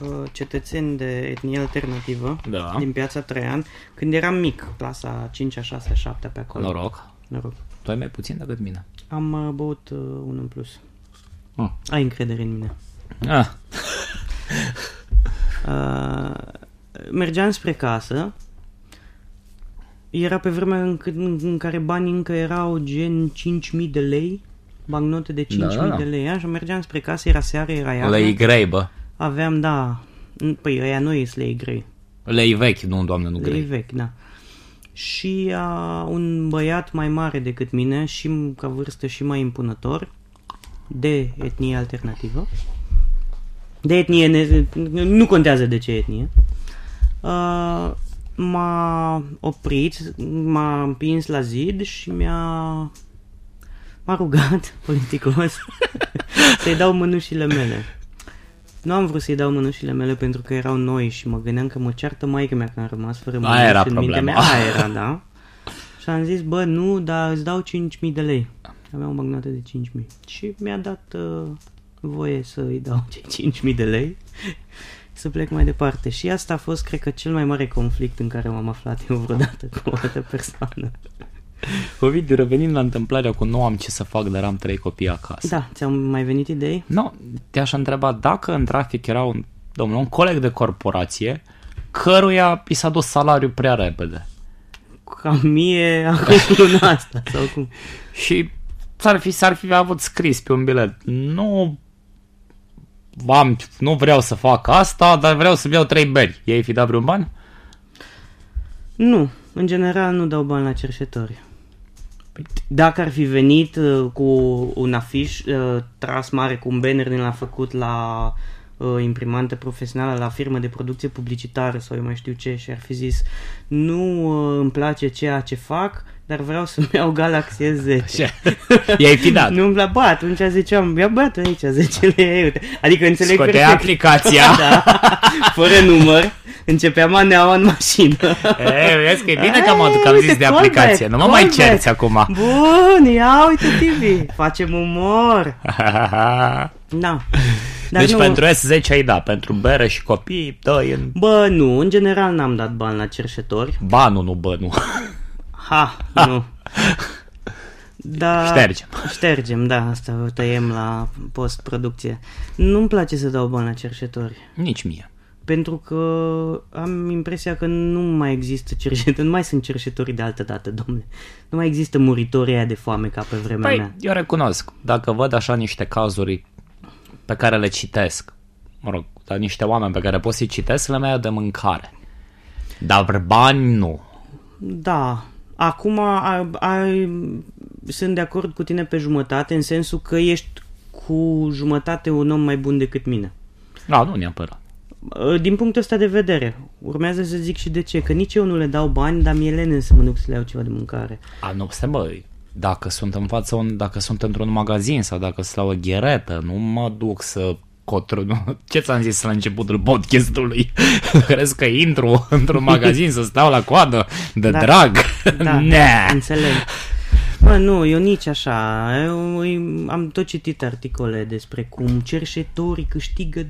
Speaker 3: uh, cetățeni de etnie alternativă
Speaker 2: Da.
Speaker 3: din piața Traian când eram mic, clasa 5 6 7 pe acolo.
Speaker 2: Noroc.
Speaker 3: Noroc.
Speaker 2: Tu ai mai puțin decât mine.
Speaker 3: Am uh, băut uh, unul în plus.
Speaker 2: Ah.
Speaker 3: Ai încredere în mine.
Speaker 2: Ah.
Speaker 3: Uh, mergeam spre casă. Era pe vremea în, când- în care banii încă erau gen 5.000 de lei, bancnote de 5.000
Speaker 2: Da, da, da.
Speaker 3: de lei, așa, mergeam spre casă, era seară, era iarnă.
Speaker 2: Lei grei, bă.
Speaker 3: Aveam, da, n- păi ăia nu e lei grei,
Speaker 2: Lei vechi, nu, doamne, nu
Speaker 3: lei
Speaker 2: grei.
Speaker 3: vechi, da. Și a, un băiat mai mare decât mine și m- ca vârstă și mai impunător, de etnie alternativă, de etnie, ne, nu contează de ce etnie, a, m-a oprit, m-a împins la zid și mi-a m-a rugat, (laughs) politicos, să-i dau mânușile mele. Nu am vrut să-i dau mânușile mele pentru că erau noi și mă gândeam că mă ceartă maică mea că am rămas fără mânuși
Speaker 2: era
Speaker 3: în mintea
Speaker 2: problema.
Speaker 3: mea. Aia era, da. Și am zis, bă, nu, dar îți dau 5.000 de lei. Aveam o magnotă de 5.000. Și mi-a dat uh, voie să îi dau (laughs) cei 5.000 de lei să plec mai departe. Și asta a fost, cred că, cel mai mare conflict în care m-am aflat eu vreodată cu o altă
Speaker 2: (laughs)
Speaker 3: persoană.
Speaker 2: Ovidiu, revenind la întâmplarea cu nu am ce să fac, dar am trei copii acasă.
Speaker 3: Da, ți-am mai venit idei?
Speaker 2: Nu, te-aș întreba dacă în trafic era un, domnul, un coleg de corporație căruia i s-a dus salariul prea repede
Speaker 3: Ca mie acum luna asta sau cum?
Speaker 2: și s-ar fi, s-ar fi avut scris pe un bilet nu am, nu vreau să fac asta, dar vreau să beau trei beri. Ei fi dat vreun ban?
Speaker 3: Nu, în general nu dau bani la cerșetori. Dacă ar fi venit uh, cu un afiș uh, tras mare cu un banner din l-a făcut la uh, imprimantă profesională, la firmă de producție publicitară sau eu mai știu ce și ar fi zis nu uh, îmi place ceea ce fac, dar vreau să-mi iau Galaxy S10.
Speaker 2: Ce? Ei fi dat.
Speaker 3: Nu umbla, bă, atunci ziceam, ia băiatul aici 10 lei, uite. Adică înțeleg
Speaker 2: Scotea aplicația.
Speaker 3: (laughs) da, fără număr, începea maneaua în mașină.
Speaker 2: E, vezi că e bine
Speaker 3: Ei,
Speaker 2: că am, că am
Speaker 3: uite,
Speaker 2: zis de
Speaker 3: callback,
Speaker 2: aplicație. Nu mă mai
Speaker 3: callback.
Speaker 2: cerți (laughs) acum.
Speaker 3: Bun, ia uite TV, facem umor. Da. Dar
Speaker 2: deci
Speaker 3: nu,
Speaker 2: pentru S10 ai da, pentru bere și copii, dă în
Speaker 3: Bă, nu, în general n-am dat bani la cerșetori.
Speaker 2: banul, nu (laughs) bănul.
Speaker 3: Ha, nu. Da,
Speaker 2: Ștergem.
Speaker 3: Ștergem, da, asta o tăiem la post-producție. Nu-mi place să dau bani la cerșetori.
Speaker 2: Nici mie.
Speaker 3: Pentru că am impresia că nu mai există cerșetori, nu mai sunt cerșetori de altă dată, domnule. Nu mai există muritorii aia de foame ca pe vremea
Speaker 2: Păi,
Speaker 3: mea.
Speaker 2: eu recunosc, dacă văd așa niște cazuri pe care le citesc, mă rog, dar niște oameni pe care pot să-i citesc, le mai iau de mâncare. Dar bani nu.
Speaker 3: Da, acum a, a, sunt de acord cu tine pe jumătate, în sensul că ești cu jumătate un om mai bun decât mine. Ă,
Speaker 2: Da, nu neapărat.
Speaker 3: Din punctul ăsta de vedere, urmează să zic și de ce, că nici eu nu le dau bani, dar mi-e lene să mă duc să le iau ceva de mâncare.
Speaker 2: A, nu, stai bă, dacă sunt în fața, un, dacă sunt într-un magazin sau dacă sunt la o gheretă, nu mă duc să cotru... nu. (laughs) Ce ți-am zis la începutul podcastului? (laughs) Crezi că intru
Speaker 3: (laughs)
Speaker 2: într-un magazin să stau la coadă de
Speaker 3: Da.
Speaker 2: drag? (laughs)
Speaker 3: Da,
Speaker 2: ne.
Speaker 3: (laughs) înțeleg. Bă, nu, eu nici așa. Eu, îi- am tot citit articole despre cum cerșetorii câștigă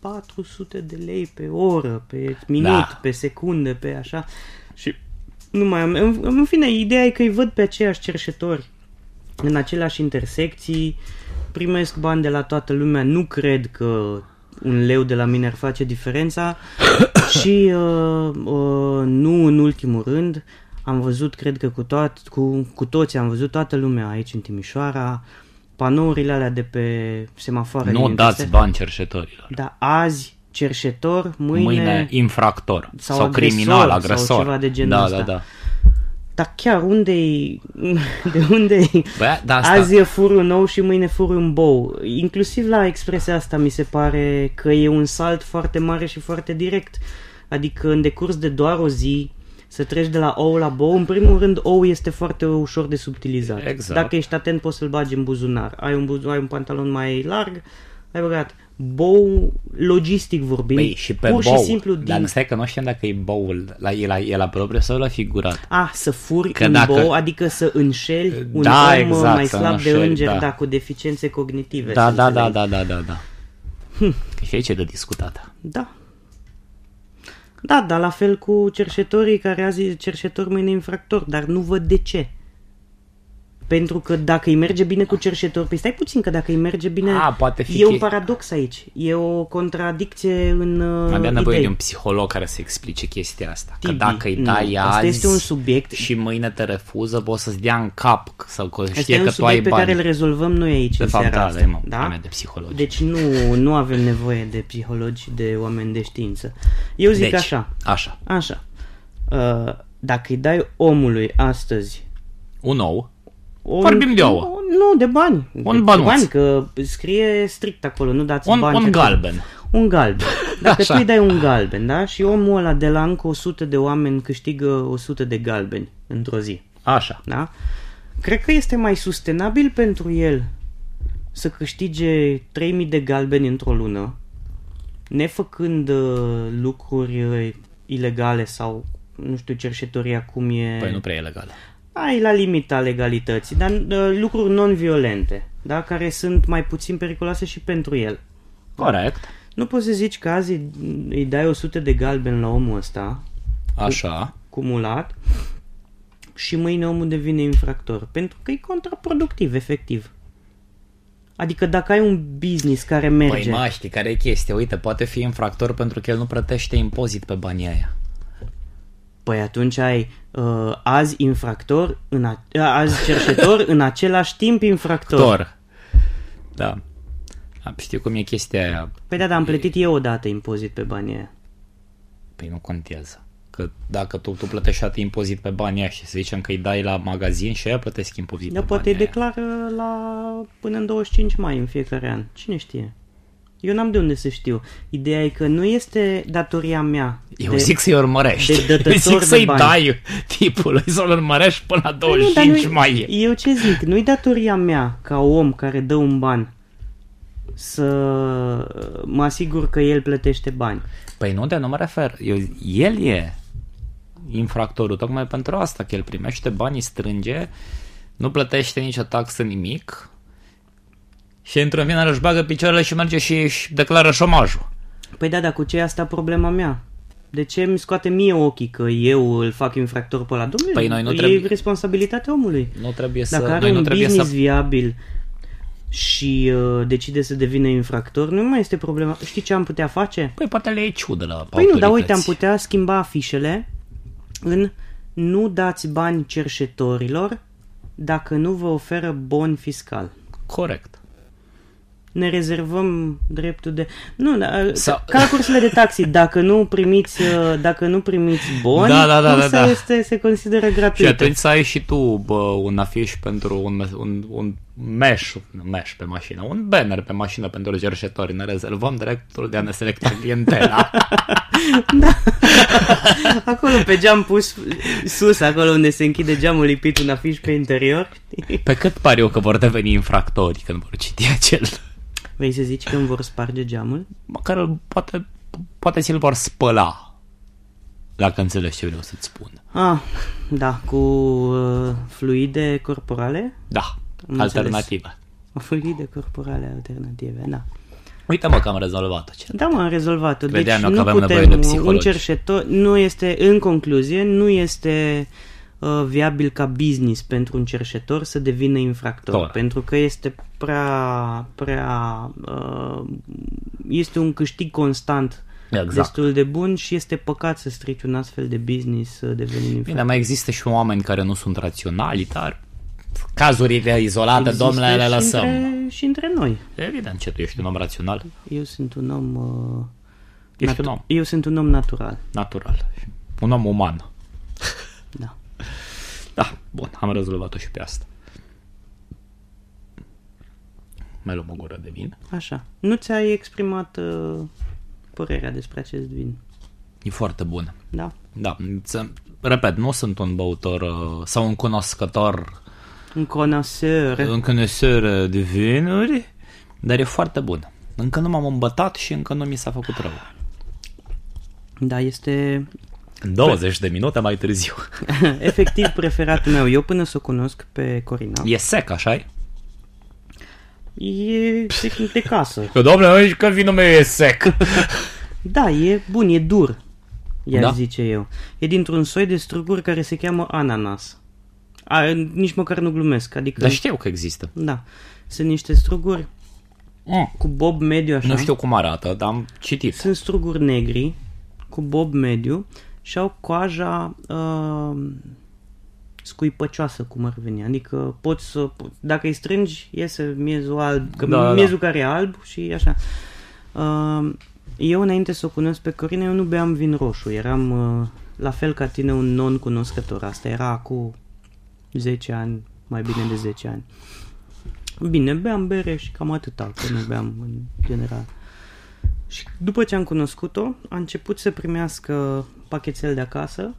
Speaker 3: 2400 de lei pe oră, pe minut,
Speaker 2: Da.
Speaker 3: pe secundă, pe așa. Și nu mai am... În, în fine, ideea e că îi văd pe aceiași cerșetori în aceleași intersecții, primesc bani de la toată lumea, nu cred că un leu de la mine ar face
Speaker 2: (coughs)
Speaker 3: diferența și uh, uh, nu în ultimul rând am văzut, cred că cu, toat, cu, cu toți am văzut toată lumea aici în Timișoara, panourile alea de pe semafoare.
Speaker 2: Nu
Speaker 3: din
Speaker 2: dați
Speaker 3: intersecții.
Speaker 2: bani cerșetorilor.
Speaker 3: Dar azi cerșetor, mâine,
Speaker 2: Mâine infractor
Speaker 3: Sau
Speaker 2: sau,
Speaker 3: agresor,
Speaker 2: criminal,
Speaker 3: sau
Speaker 2: agresor.
Speaker 3: ceva de genul
Speaker 2: da,
Speaker 3: ăsta.
Speaker 2: da, da.
Speaker 3: Dar chiar unde-i, (laughs) de unde-i
Speaker 2: Bă, da, asta.
Speaker 3: Azi e furul nou și mâine furul în bou. Inclusiv la expresia asta mi se pare că e un salt foarte mare și foarte direct. Adică în decurs de doar o zi să treci de la ou la bou, în primul rând ou este foarte ușor de subtilizat.
Speaker 2: Exact.
Speaker 3: Dacă ești atent poți să-l bagi în buzunar. Ai un, buz- ai un pantalon mai larg, ai băgat bou logistic vorbind,
Speaker 2: Păi, și pe
Speaker 3: pur
Speaker 2: bou.
Speaker 3: și simplu din...
Speaker 2: Dar nu stai că nu știam dacă e boul, la, e, la, e la propriu sau la figurat.
Speaker 3: A, să furi
Speaker 2: Că
Speaker 3: că în
Speaker 2: dacă-
Speaker 3: dacă... bou, adică să înșeli un
Speaker 2: Da,
Speaker 3: om
Speaker 2: exact,
Speaker 3: mai
Speaker 2: să
Speaker 3: slab
Speaker 2: înșeli,
Speaker 3: de înger,
Speaker 2: da.
Speaker 3: da. cu deficiențe cognitive.
Speaker 2: Da,
Speaker 3: să
Speaker 2: da, da,
Speaker 3: înțelegi.
Speaker 2: da, da, da, da.
Speaker 3: Hm.
Speaker 2: Că și aici e de discutat.
Speaker 3: Da. Da, dar la fel cu cerșetorii care azi e cerșetor, mâine e infractor, dar nu văd de ce. Pentru că dacă îi merge bine cu cerșetor, păi stai puțin că dacă îi merge bine...
Speaker 2: A, poate fi
Speaker 3: E
Speaker 2: che-
Speaker 3: un paradox aici, e o contradicție în uh,
Speaker 2: Avea nevoie
Speaker 3: idei.
Speaker 2: de un psiholog care să explice chestia asta. Că
Speaker 3: Tibi,
Speaker 2: dacă îi dai
Speaker 3: nu.
Speaker 2: azi
Speaker 3: Asta este un subiect-
Speaker 2: și mâine te refuză, poți să-ți dea în cap că- sau că
Speaker 3: Asta
Speaker 2: știe
Speaker 3: e un
Speaker 2: Deci că tu ai
Speaker 3: subiect pe
Speaker 2: bani.
Speaker 3: care îl rezolvăm noi aici
Speaker 2: De
Speaker 3: în
Speaker 2: fapt,
Speaker 3: seara
Speaker 2: da,
Speaker 3: asta.
Speaker 2: da, e mă-
Speaker 3: da?
Speaker 2: de psihologi.
Speaker 3: Deci nu, nu avem nevoie de psihologi, de oameni de știință. Eu zic
Speaker 2: Deci,
Speaker 3: așa,
Speaker 2: Așa.
Speaker 3: așa, uh, dacă îi dai omului astăzi
Speaker 2: Un ou.
Speaker 3: Un,
Speaker 2: Vorbim de ouă.
Speaker 3: Nu, Nu, de bani.
Speaker 2: Un
Speaker 3: de
Speaker 2: bănuț.
Speaker 3: bani, că scrie strict acolo, nu dați
Speaker 2: Un,
Speaker 3: bani.
Speaker 2: un
Speaker 3: că-
Speaker 2: galben.
Speaker 3: Un galben.
Speaker 2: (laughs)
Speaker 3: Dacă
Speaker 2: Așa.
Speaker 3: tu îi dai un galben, da? Și omul ăla de la încă 100 de oameni câștigă 100 de galbeni într-o zi,
Speaker 2: Așa.
Speaker 3: da? Cred că este mai sustenabil pentru el să câștige 3000 de galbeni într-o lună, nefăcând uh, lucruri uh, ilegale sau nu știu, cerșetoria cum e...
Speaker 2: Păi nu prea e legal.
Speaker 3: Ai la limita legalității, dar uh, lucruri non-violente, da? care sunt mai puțin periculoase și pentru el.
Speaker 2: Corect.
Speaker 3: Nu poți să zici că azi îi- îi dai 100 de galben la omul ăsta,
Speaker 2: Așa.
Speaker 3: cumulat, și mâine omul devine infractor, pentru că e contraproductiv, efectiv. Adică dacă ai un business care merge...
Speaker 2: Păi mă, știi care e chestia? Uite, poate fi infractor pentru că el nu plătește impozit pe banii aia.
Speaker 3: Păi atunci ai uh, azi infractor, în a, azi cerșetor, în același timp infractor.
Speaker 2: Tor. Da. A, știi cum e chestia aia?
Speaker 3: Păi da, dar am plătit eu odată impozit pe banii aia.
Speaker 2: Păi nu contează. Că dacă tu, tu plătești atât impozit pe banii aia și să zicem că îi dai la magazin și aia plătesc impozit
Speaker 3: Da,
Speaker 2: pe
Speaker 3: poate îi
Speaker 2: banii aia.
Speaker 3: declară la până în 25 mai în fiecare an. Cine știe? Eu n-am de unde să știu. Ideea e că nu este datoria mea.
Speaker 2: Eu
Speaker 3: de...
Speaker 2: zic să-i urmărești.
Speaker 3: de dătător
Speaker 2: Eu (laughs) zic
Speaker 3: de
Speaker 2: să-i
Speaker 3: bani.
Speaker 2: dai tipului, să-l urmărești până la
Speaker 3: Păi nu, dar
Speaker 2: 25
Speaker 3: nu-i-
Speaker 2: mai.
Speaker 3: Eu ce zic? Nu-i datoria mea ca om care dă un ban să mă asigur că el plătește bani.
Speaker 2: Păi nu, dar nu mă refer. Eu, el e infractorul tocmai pentru asta, că el primește banii, strânge, nu plătește nicio taxă, nimic și într-o vină își bagă picioarele și merge și își declară șomajul.
Speaker 3: Păi da, dar cu ce e asta problema mea? De ce mi scoate mie ochii că eu îl fac infractor pe la domnule?
Speaker 2: Păi noi nu
Speaker 3: e
Speaker 2: trebuie-
Speaker 3: responsabilitatea omului.
Speaker 2: Nu trebuie să...
Speaker 3: Dacă are
Speaker 2: noi nu
Speaker 3: un
Speaker 2: trebuie
Speaker 3: business
Speaker 2: să...
Speaker 3: viabil și uh, decide să devină infractor, nu mai este problema. Știi ce am putea face?
Speaker 2: Păi poate le e ciudă la
Speaker 3: Păi nu, dar uite, am
Speaker 2: autorități.
Speaker 3: putea schimba afișele în nu dați bani cerșetorilor dacă nu vă oferă bon fiscal.
Speaker 2: Corect.
Speaker 3: Ne rezervăm dreptul de... Nu, da,
Speaker 2: Sau-
Speaker 3: Sau... ca la cursurile de
Speaker 2: (laughs)
Speaker 3: taxi, dacă nu primiți, uh, dacă nu primiți boni,
Speaker 2: Da, da, da,
Speaker 3: cursa
Speaker 2: da, da.
Speaker 3: Este, se consideră
Speaker 2: Și
Speaker 3: gratuită.
Speaker 2: atunci să ai și tu bă, un afiș pentru un, un, un mesh, un mesh pe mașină, un banner pe mașină pentru cerșetori. Ne rezervăm dreptul de a ne selecta (laughs) clientela.
Speaker 3: (laughs) Acolo pe geam pus sus, acolo unde se închide geamul lipit un afiș pe interior. știi?
Speaker 2: Păi, Pe cât par eu că vor deveni infractori când vor citi acel...
Speaker 3: Vrei să zici când vor sparge geamul?
Speaker 2: Măcar îl- poate, poate ți-l vor spăla. Dacă înțelegi ce vreau să-ți spun.
Speaker 3: Ah, da, cu uh, fluide corporale?
Speaker 2: Da,
Speaker 3: Am
Speaker 2: alternativă.
Speaker 3: Fluide corporale alternative, da.
Speaker 2: Uite mă că am rezolvat-o. ce-
Speaker 3: Da, m-am rezolvat-o. Deci
Speaker 2: Credeam eu că
Speaker 3: nu
Speaker 2: avem nevoie de
Speaker 3: putem, un
Speaker 2: psihologi.
Speaker 3: cerșetor nu este, în concluzie, nu este uh, viabil ca business pentru un cerșetor să devină infractor,
Speaker 2: Corect.
Speaker 3: pentru că este prea, prea, uh, este un câștig constant
Speaker 2: Exact.
Speaker 3: destul de bun și este păcat să strici un astfel de business uh, devenind infractor.
Speaker 2: Bine, mai există și oameni care nu sunt raționali, dar cazurile izolate,
Speaker 3: Există
Speaker 2: domnule, le
Speaker 3: și
Speaker 2: lăsăm.
Speaker 3: Între, și între noi.
Speaker 2: Evident ce tu ești un om rațional,
Speaker 3: Eu sunt un om... Uh,
Speaker 2: Ești un om.
Speaker 3: Eu sunt un om natural, (laughs)
Speaker 2: natural, un om uman.
Speaker 3: da.
Speaker 2: Da, bun, am rezolvat-o și pe asta. Mai luăm o gură de vin.
Speaker 3: Așa. Nu ți-ai exprimat uh, părerea despre acest vin,
Speaker 2: E foarte bun.
Speaker 3: da?
Speaker 2: Da, ți- repet, nu sunt un băutor uh, sau un cunoscător,
Speaker 3: Un connoisseur.
Speaker 2: un cunoscător de vinuri, dar e foarte bun. Încă nu m-am îmbătat și încă nu mi s-a făcut rău.
Speaker 3: Da, este (laughs)
Speaker 2: 20 de minute mai târziu.
Speaker 3: efectiv preferatul meu. Eu până să o cunosc pe Corina.
Speaker 2: (laughs) E sec, așa e?
Speaker 3: E tehnic de casă.
Speaker 2: Că, domnule, zici că vinul meu e sec.
Speaker 3: Da, e bun, e dur, i-aș
Speaker 2: Da.
Speaker 3: da. zice eu. E dintr-un soi de struguri care se cheamă ananas. A, nici măcar nu glumesc,
Speaker 2: (laughs)
Speaker 3: adică...
Speaker 2: Dar știu că există.
Speaker 3: Da. Sunt niște struguri
Speaker 2: Mm.
Speaker 3: cu bob mediu așa.
Speaker 2: Nu știu cum arată, dar am citit.
Speaker 3: Sunt struguri negri cu bob mediu și au coaja uh, scuipăcioasă, cum ar veni. Adică poți să... Dacă îi strângi, iese miezul alb. Că
Speaker 2: Da,
Speaker 3: da,
Speaker 2: da.
Speaker 3: miezul care e alb și așa. Uh, eu, înainte să o cunosc pe Corina, eu nu beam vin roșu. Eram uh, la fel ca tine un non-cunoscător. Asta era cu 10 ani, mai bine de 10 ani. Bine, beam bere și cam atâta, că nu beam în general. Și după ce am cunoscut-o, a început să primească pachetel de acasă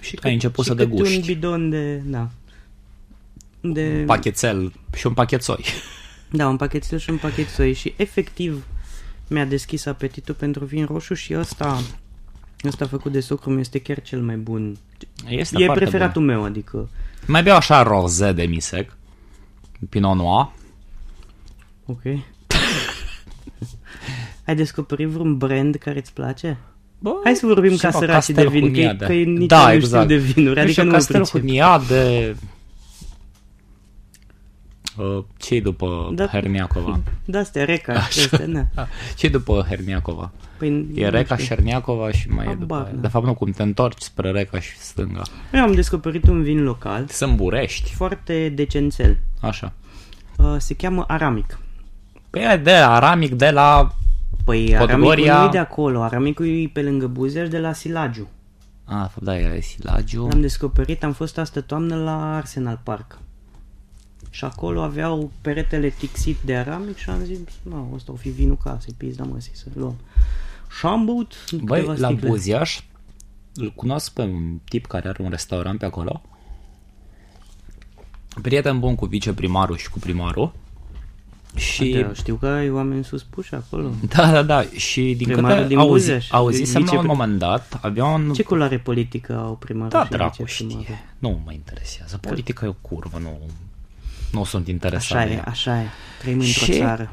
Speaker 3: și
Speaker 2: Ai început
Speaker 3: și
Speaker 2: să
Speaker 3: câte
Speaker 2: deguști.
Speaker 3: un bidon de, da, de,
Speaker 2: Pachetel și un pachet soi.
Speaker 3: da, un pachetel și un pachet soi și efectiv mi-a deschis apetitul pentru vin roșu și ăsta, ăsta făcut de socru meu este chiar cel mai bun.
Speaker 2: Este
Speaker 3: e
Speaker 2: foarte
Speaker 3: preferatul meu, adică,
Speaker 2: Bun. Mai beau așa roze de misec. Pinot Noir. (laughs)
Speaker 3: ok. Ai descoperit vreun brand care îți place?
Speaker 2: Bă,
Speaker 3: Hai să vorbim ca
Speaker 2: ceva,
Speaker 3: săracii de vin, că,
Speaker 2: Castelhuniade.
Speaker 3: că nici
Speaker 2: da,
Speaker 3: eu nu
Speaker 2: exact.
Speaker 3: știu de vinuri, adică nu mă
Speaker 2: Castel
Speaker 3: pricep.
Speaker 2: de... Uh, cei după
Speaker 3: Da.
Speaker 2: Herniacova?
Speaker 3: Da, astea, reca, astea, na.
Speaker 2: Ah, cei după Herniacova?
Speaker 3: Păi,
Speaker 2: E
Speaker 3: nu
Speaker 2: Reca
Speaker 3: știu.
Speaker 2: Șerniacova și mai e
Speaker 3: Habar
Speaker 2: după aia.
Speaker 3: n-am.
Speaker 2: De fapt nu, cum te întorci spre Reca și stânga.
Speaker 3: Eu am descoperit un vin local,
Speaker 2: Să îmburești.
Speaker 3: foarte decențel.
Speaker 2: Așa.
Speaker 3: Uh, se cheamă Aramic.
Speaker 2: Păi e de aramic de la...
Speaker 3: Păi
Speaker 2: Podgoria-
Speaker 3: Aramicul nu e de acolo, Aramicul e pe lângă Buzeș de la Silaju.
Speaker 2: Ah, da, e Silagiu.
Speaker 3: Am descoperit, am fost astă toamnă la Arsenal Park. Și acolo aveau peretele tixit de aramic și am zis, nu, ăsta o fi vinul casei, pizda da, mă, să luăm. Și am băut câteva
Speaker 2: Băi, la
Speaker 3: sticle.
Speaker 2: Buziaș îl cunosc pe un tip care are un restaurant pe acolo. Prieten bun cu viceprimarul și cu primarul. Și
Speaker 3: Da, știu că ai oameni suspuși acolo.
Speaker 2: da, da, da, și din
Speaker 3: Primarul
Speaker 2: câte
Speaker 3: din
Speaker 2: auzi,
Speaker 3: Buzeaș,
Speaker 2: auzisem la un
Speaker 3: viceprim-
Speaker 2: moment dat, avea un...
Speaker 3: Ce culoare politică au primarul
Speaker 2: da,
Speaker 3: și
Speaker 2: dracu
Speaker 3: viceprimarul?
Speaker 2: știe. Nu mă interesează. Politica e o curvă, nu, nu sunt interesat
Speaker 3: Așa
Speaker 2: de
Speaker 3: e,
Speaker 2: ea.
Speaker 3: așa e. Trăim într-o
Speaker 2: Și-
Speaker 3: țară.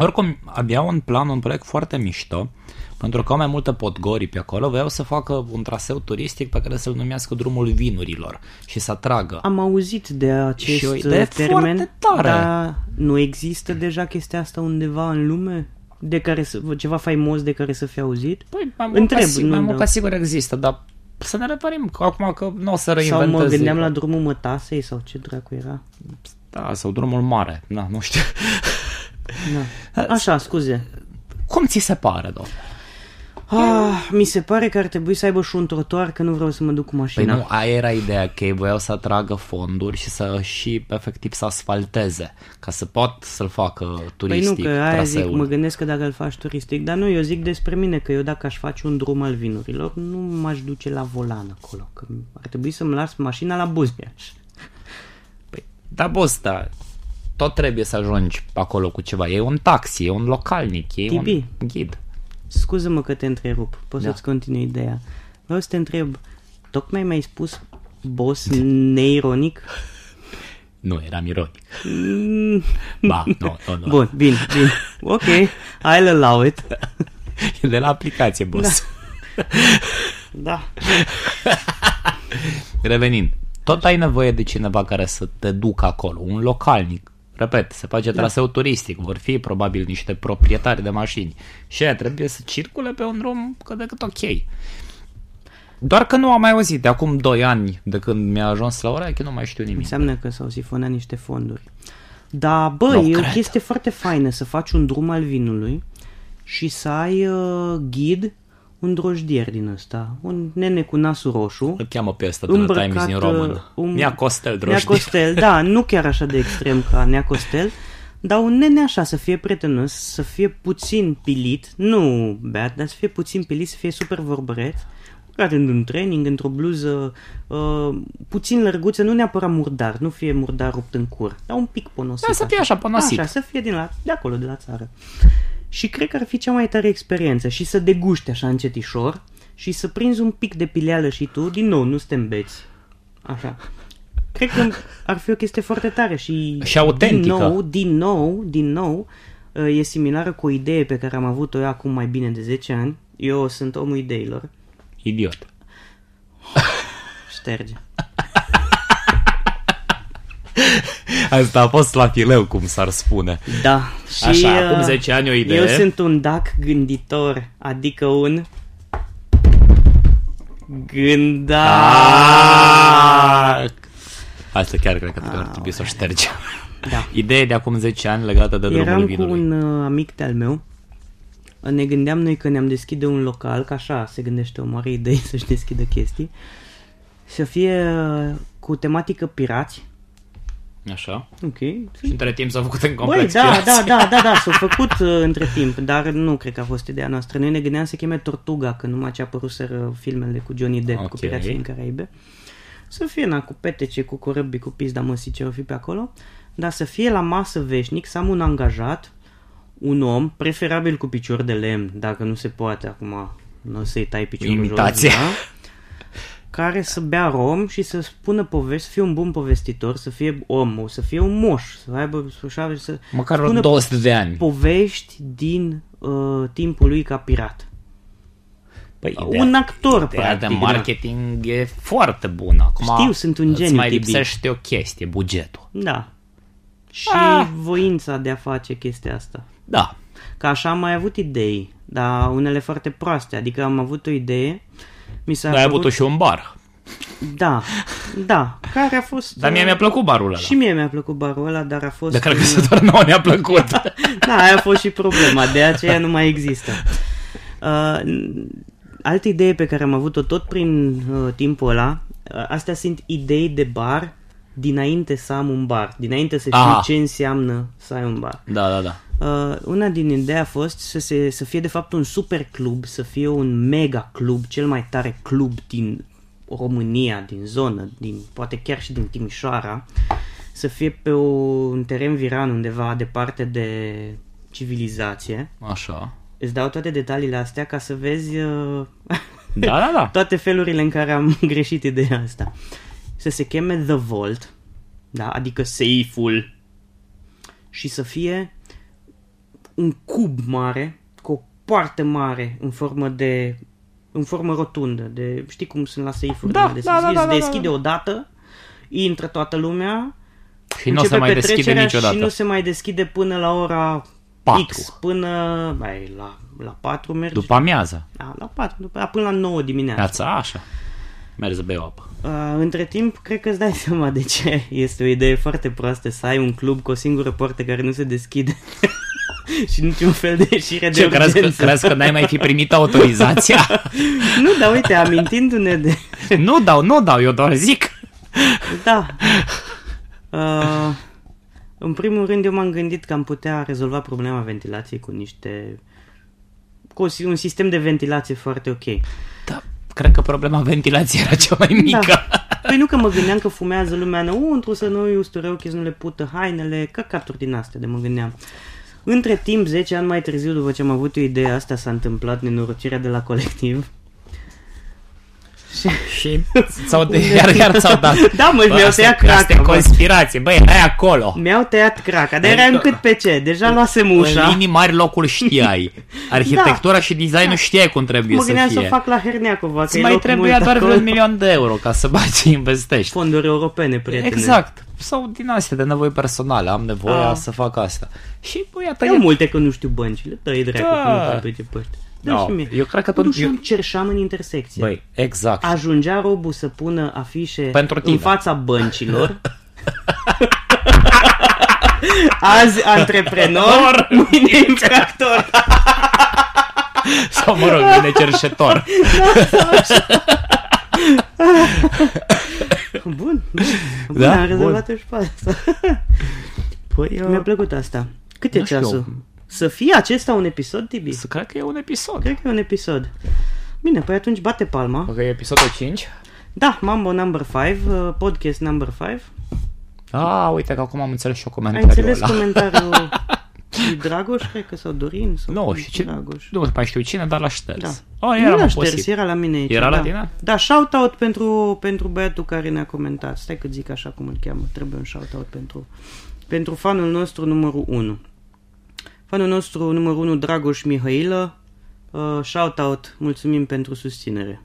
Speaker 2: Oricum, avea un plan, un proiect foarte mișto, pentru că au mai multe podgori pe acolo, voiau să facă un traseu turistic pe care să-l numească drumul vinurilor și să atragă.
Speaker 3: Am auzit de acest uh,
Speaker 2: Și o idee
Speaker 3: termen,
Speaker 2: foarte tare.
Speaker 3: dar nu există deja chestia asta undeva în lume? De care să, ceva faimos de care să fi auzit?
Speaker 2: Păi, mai mult,
Speaker 3: Întreb,
Speaker 2: ca, sig-
Speaker 3: nu,
Speaker 2: mai mult ca
Speaker 3: da.
Speaker 2: sigur există, dar să ne referim că acum că nu o să
Speaker 3: Sau
Speaker 2: reinventez.
Speaker 3: mă gândeam
Speaker 2: ziua.
Speaker 3: la drumul mătasei sau ce dracu era?
Speaker 2: Da, sau drumul mare, na, nu știu. (laughs)
Speaker 3: Na. Așa, scuze.
Speaker 2: Cum ți se pare, domn?
Speaker 3: Ah, mi se pare că ar trebui să aibă și un trotuar, că nu vreau să mă duc cu
Speaker 2: Păi
Speaker 3: mașina.
Speaker 2: nu, aia era ideea, că ei voiau să atragă fonduri și să și efectiv să asfalteze, ca să pot să-l facă
Speaker 3: Păi nu,
Speaker 2: turistic
Speaker 3: că aia zic,
Speaker 2: traseul.
Speaker 3: mă gândesc că dacă îl faci turistic, dar nu, eu zic despre mine că eu dacă aș face un drum al vinurilor, nu m-aș duce la volan acolo, că ar trebui să-mi las mașina la Buzmiaș.
Speaker 2: Da, boss, da. Tot trebuie să ajungi acolo cu ceva. E un taxi, e un localnic, e
Speaker 3: Tibi.
Speaker 2: un ghid.
Speaker 3: Scuză-mă că te întrerup, poți
Speaker 2: Da.
Speaker 3: să-ți continui ideea. Vreau să te întreb, tocmai mi-ai spus boss neironic?
Speaker 2: Nu, eram ironic. Ba, nu, nu, nu.
Speaker 3: Mm. Bun, bine,
Speaker 2: (laughs)
Speaker 3: bine, ok, I'll allow it.
Speaker 2: E de la aplicație, boss.
Speaker 3: Da,
Speaker 2: Revenind, tot ai nevoie de cineva care să te ducă acolo, un localnic. Repet, se face
Speaker 3: Da.
Speaker 2: traseu turistic, vor fi probabil niște proprietari de mașini și aia trebuie să circule pe un drum cât de cât ok. Doar că nu am mai auzit de acum 2 ani de când mi-a ajuns la oreche, nu mai știu nimic.
Speaker 3: înseamnă că s-au sifonat niște fonduri. Da, bă,
Speaker 2: Nu
Speaker 3: e o
Speaker 2: cred.
Speaker 3: chestie foarte faină să faci un drum al vinului și să ai uh, ghid un drojdier din ăsta, un nene cu nasul roșu,
Speaker 2: Îl cheamă pe ăsta de la Times New Roman.
Speaker 3: uh,
Speaker 2: Um... Nea Costel,
Speaker 3: Nea
Speaker 2: drojdier.
Speaker 3: Costel, da, nu chiar așa de extrem ca Nea Costel, dar un nene așa, să fie prietenos, să fie puțin pilit, nu beat, dar să fie puțin pilit, să fie super vorbăreț, care într-un training, într-o bluză uh, puțin lărguță, nu neapărat murdar, nu fie murdar rupt în cur, dar un pic ponosit.
Speaker 2: Da, să fie așa, ponosit.
Speaker 3: Așa, să fie din la, de acolo, de la țară. Și cred că ar fi cea mai tare experiență și să deguști așa încetișor și să prinzi un pic de pileală și tu, din nou, nu suntem beți. Așa. Cred că ar fi o chestie foarte tare și...
Speaker 2: Și autentică.
Speaker 3: Din nou, din nou, din nou, uh, e similară cu o idee pe care am avut-o eu acum mai bine de 10 ani. Eu sunt omul ideilor.
Speaker 2: (laughs) Idiot.
Speaker 3: Șterge.
Speaker 2: Asta a fost la fileu, cum s-ar spune. (laughs)
Speaker 3: Da. Și,
Speaker 2: Așa,
Speaker 3: uh,
Speaker 2: acum 10 ani o idee.
Speaker 3: Eu sunt un dac gânditor, adică un...
Speaker 2: Da.
Speaker 3: Gândac.
Speaker 2: Asta chiar cred că ar trebui să o ștergem.
Speaker 3: Ah, Da.
Speaker 2: (laughs) Idee de acum 10 ani legată de drumul
Speaker 3: Eram cu
Speaker 2: vinului.
Speaker 3: un uh, amic de-al meu. Ne gândeam noi că ne-am deschide un local, că așa se gândește o mare idee (laughs) să-și deschidă chestii. Să fie uh, cu tematică pirați.
Speaker 2: Așa.
Speaker 3: Ok.
Speaker 2: Și între timp s-a făcut în
Speaker 3: Băi,
Speaker 2: complex
Speaker 3: da,
Speaker 2: pirații.
Speaker 3: da, da, da, da, s-au făcut uh, între timp, dar nu cred că a fost ideea noastră. Noi ne gândeam să cheme Tortuga, că numai ce apăruseră filmele cu Johnny Depp, cu
Speaker 2: Ok.
Speaker 3: Pirații din Caraibe. Să fie, na, cu petece, cu corăbii, cu pizda măsii ce o fi pe acolo, dar să fie la masă veșnic, să am un angajat, un om, preferabil cu picior de lemn, dacă nu se poate acum, nu o să-i tai piciorul
Speaker 2: Imitație.
Speaker 3: jos, da? care să bea rom și să spună povești, să fie un bun povestitor, să fie om, să fie un moș, să aibă să, să
Speaker 2: Măcar vreo
Speaker 3: spună
Speaker 2: 200 de ani.
Speaker 3: povești din uh, timpul lui ca pirat.
Speaker 2: Păi,
Speaker 3: un actor,
Speaker 2: Ideea de
Speaker 3: practic, da.
Speaker 2: marketing e foarte bună. Acum
Speaker 3: Știu, sunt un
Speaker 2: Îți
Speaker 3: geniu,
Speaker 2: mai
Speaker 3: Tibi.
Speaker 2: lipsește o chestie, bugetul.
Speaker 3: Da. Și
Speaker 2: Ah.
Speaker 3: voința de a face chestia asta.
Speaker 2: Da.
Speaker 3: Că așa am mai avut idei, dar unele foarte proaste. Adică am avut o idee, mi Da, s-a
Speaker 2: Dar ai
Speaker 3: părut-
Speaker 2: avut și un bar.
Speaker 3: Da, da, care a fost...
Speaker 2: Dar mie
Speaker 3: uh,
Speaker 2: mi-a plăcut barul ăla.
Speaker 3: Și mie mi-a plăcut barul ăla, dar a fost...
Speaker 2: Dar cred că
Speaker 3: un-
Speaker 2: să doar nouă ne-a plăcut.
Speaker 3: (laughs) Da, aia a fost și problema, de aceea nu mai există. Uh, n- altă idee pe care am avut-o tot prin uh, timpul ăla, uh, astea sunt idei de bar dinainte să am un bar, dinainte să știu
Speaker 2: Aha.
Speaker 3: ce înseamnă să ai un bar.
Speaker 2: da, da, da.
Speaker 3: Uh, una din idei a fost să, se, să fie de fapt un super club, să fie un mega club, cel mai tare club din România, din zonă, din poate chiar și din Timișoara, să fie pe o, un teren viran undeva departe de civilizație.
Speaker 2: Așa.
Speaker 3: Îți dau toate detaliile astea ca să vezi uh,
Speaker 2: Da, da, da.
Speaker 3: toate felurile în care am (laughs) greșit ideea asta. Să se cheme The Vault, da? adică seiful, și să fie un cub mare cu o poartă mare în formă de în formă rotundă, de știi cum sunt la seifuri
Speaker 2: Da,
Speaker 3: de la deschis,
Speaker 2: da, da, da, da,
Speaker 3: se
Speaker 2: da.
Speaker 3: deschide odată, intră toată lumea,
Speaker 2: Și nu o să
Speaker 3: începe
Speaker 2: mai deschide
Speaker 3: petrecerea
Speaker 2: niciodată.
Speaker 3: Și nu se mai deschide până la ora
Speaker 2: Patru.
Speaker 3: X, până bai, la, la 4 mergi.
Speaker 2: După amiază.
Speaker 3: Da, la 4, după, până la 9 dimineața.
Speaker 2: Neața, așa. Mergi să bei o apă.
Speaker 3: Uh, între timp, cred că îți dai seama de ce este o idee foarte proastă să ai un club cu o singură poartă care nu se deschide (laughs) și niciun fel de ieșire de
Speaker 2: Ce, crezi că,
Speaker 3: urgență.
Speaker 2: crezi că n-ai mai fi primit autorizația?
Speaker 3: Nu, dar uite, amintindu-ne de...
Speaker 2: (laughs) nu dau, nu dau, eu doar zic.
Speaker 3: Da. Uh, în primul rând, eu m-am gândit că am putea rezolva problema ventilației cu niște... cu o si- un sistem de ventilație foarte ok.
Speaker 2: Da, cred că problema ventilației era cea mai mică.
Speaker 3: Păi nu că mă gândeam că fumează lumea înăuntru, să nu-i ustureu le pută hainele, căcaturi din astea de mă gândeam. Între timp, 10 ani mai târziu, după ce am avut eu ideea asta, s-a întâmplat nenorocirea de la colectiv.
Speaker 2: Și sau de, iar, iar ți-au dat.
Speaker 3: Da, mă,
Speaker 2: Bă,
Speaker 3: mi-au
Speaker 2: asta-
Speaker 3: tăiat
Speaker 2: că asta e
Speaker 3: craca, bă.
Speaker 2: conspirație, băi, erai acolo.
Speaker 3: Mi-au tăiat craca, dar eram cât pe ce, deja luasem
Speaker 2: Adică În
Speaker 3: ușa. Da.
Speaker 2: linii mari locul
Speaker 3: (laughs)
Speaker 2: știai. Arhitectura și designul știai cum trebuie
Speaker 3: Mă
Speaker 2: să
Speaker 3: gândeam să
Speaker 2: fie.
Speaker 3: o fac la Herneacova, că
Speaker 2: Îți
Speaker 3: e
Speaker 2: mai
Speaker 3: loc
Speaker 2: trebuia
Speaker 3: mult
Speaker 2: doar
Speaker 3: acolo.
Speaker 2: vreun milion de euro ca să (laughs) bagi și investești.
Speaker 3: Fonduri europene, prietene.
Speaker 2: Exact. Sau din astea de nevoi personale. Am nevoie
Speaker 3: A.
Speaker 2: să fac asta. Și băi, iată,
Speaker 3: Eu
Speaker 2: Păi e-
Speaker 3: multe că Păi nu știu băncile, dă-i dracu,
Speaker 2: Da.
Speaker 3: da. nu știu pe ce păști. Dă
Speaker 2: Da,
Speaker 3: și mie.
Speaker 2: eu cred că
Speaker 3: Mă
Speaker 2: tot-
Speaker 3: duceam,
Speaker 2: eu-
Speaker 3: cerșam în intersecție.
Speaker 2: Băi, exact.
Speaker 3: ajungea robul să pună afișe
Speaker 2: Pentru tine.
Speaker 3: în fața băncilor. (laughs) Azi antreprenor, mâine infractor.
Speaker 2: Sau, mă rog, vine cerșetor.
Speaker 3: Bun, bun. bun
Speaker 2: Da?
Speaker 3: da? am rezolvat-o și pe asta.
Speaker 2: Păi, eu...
Speaker 3: Mi-a plăcut asta. Cât e
Speaker 2: Nu știu.
Speaker 3: ceasul? Să fie acesta un episod, Tibi?
Speaker 2: Să cred că e un episod.
Speaker 3: Cred că e un episod. Bine, păi atunci bate palma.
Speaker 2: Ok, episodul 5.
Speaker 3: Da, Mambo number 5, uh, podcast number 5.
Speaker 2: A, uite că acum am înțeles și eu
Speaker 3: Ai
Speaker 2: comentariul
Speaker 3: înțeles
Speaker 2: ăla. (laughs)
Speaker 3: comentariul lui Dragoș, cred că, sau Dorin? Sau
Speaker 2: Nu,
Speaker 3: cum?
Speaker 2: și ce...
Speaker 3: Dragoș.
Speaker 2: Nu mai știu cine, dar la șters.
Speaker 3: Da.
Speaker 2: Oh,
Speaker 3: nu
Speaker 2: era
Speaker 3: era
Speaker 2: mă,
Speaker 3: șters,
Speaker 2: posibil.
Speaker 3: era la mine aici.
Speaker 2: Era
Speaker 3: da.
Speaker 2: la tine?
Speaker 3: Da, shout-out pentru, pentru băiatul care ne-a comentat. Stai că zic așa cum îl cheamă. Trebuie un shout-out pentru, pentru fanul nostru numărul 1. Fanul nostru numărul 1, Dragoș Mihailă. Uh, shout-out, mulțumim pentru susținere.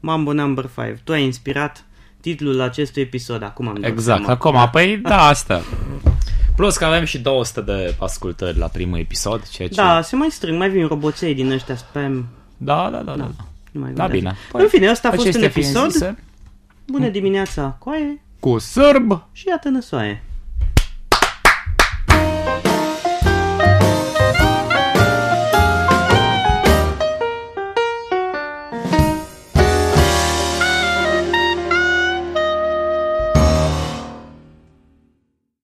Speaker 3: Mambo number 5. Tu ai inspirat titlul acestui episod. Acum am dat
Speaker 2: Exact,
Speaker 3: seama.
Speaker 2: acum, păi da, asta. Plus că avem și 200 de ascultări la primul episod, ceea ce...
Speaker 3: Da, se mai strâng, mai vin roboței din ăștia spam.
Speaker 2: da, da, da. da.
Speaker 3: Nu mai
Speaker 2: Da,
Speaker 3: contează.
Speaker 2: bine.
Speaker 3: În fine, asta a fost un
Speaker 2: acestea fiind
Speaker 3: episod.
Speaker 2: zise,
Speaker 3: Bună dimineața, coaie
Speaker 2: Cu sârb
Speaker 3: și iată năsoaie.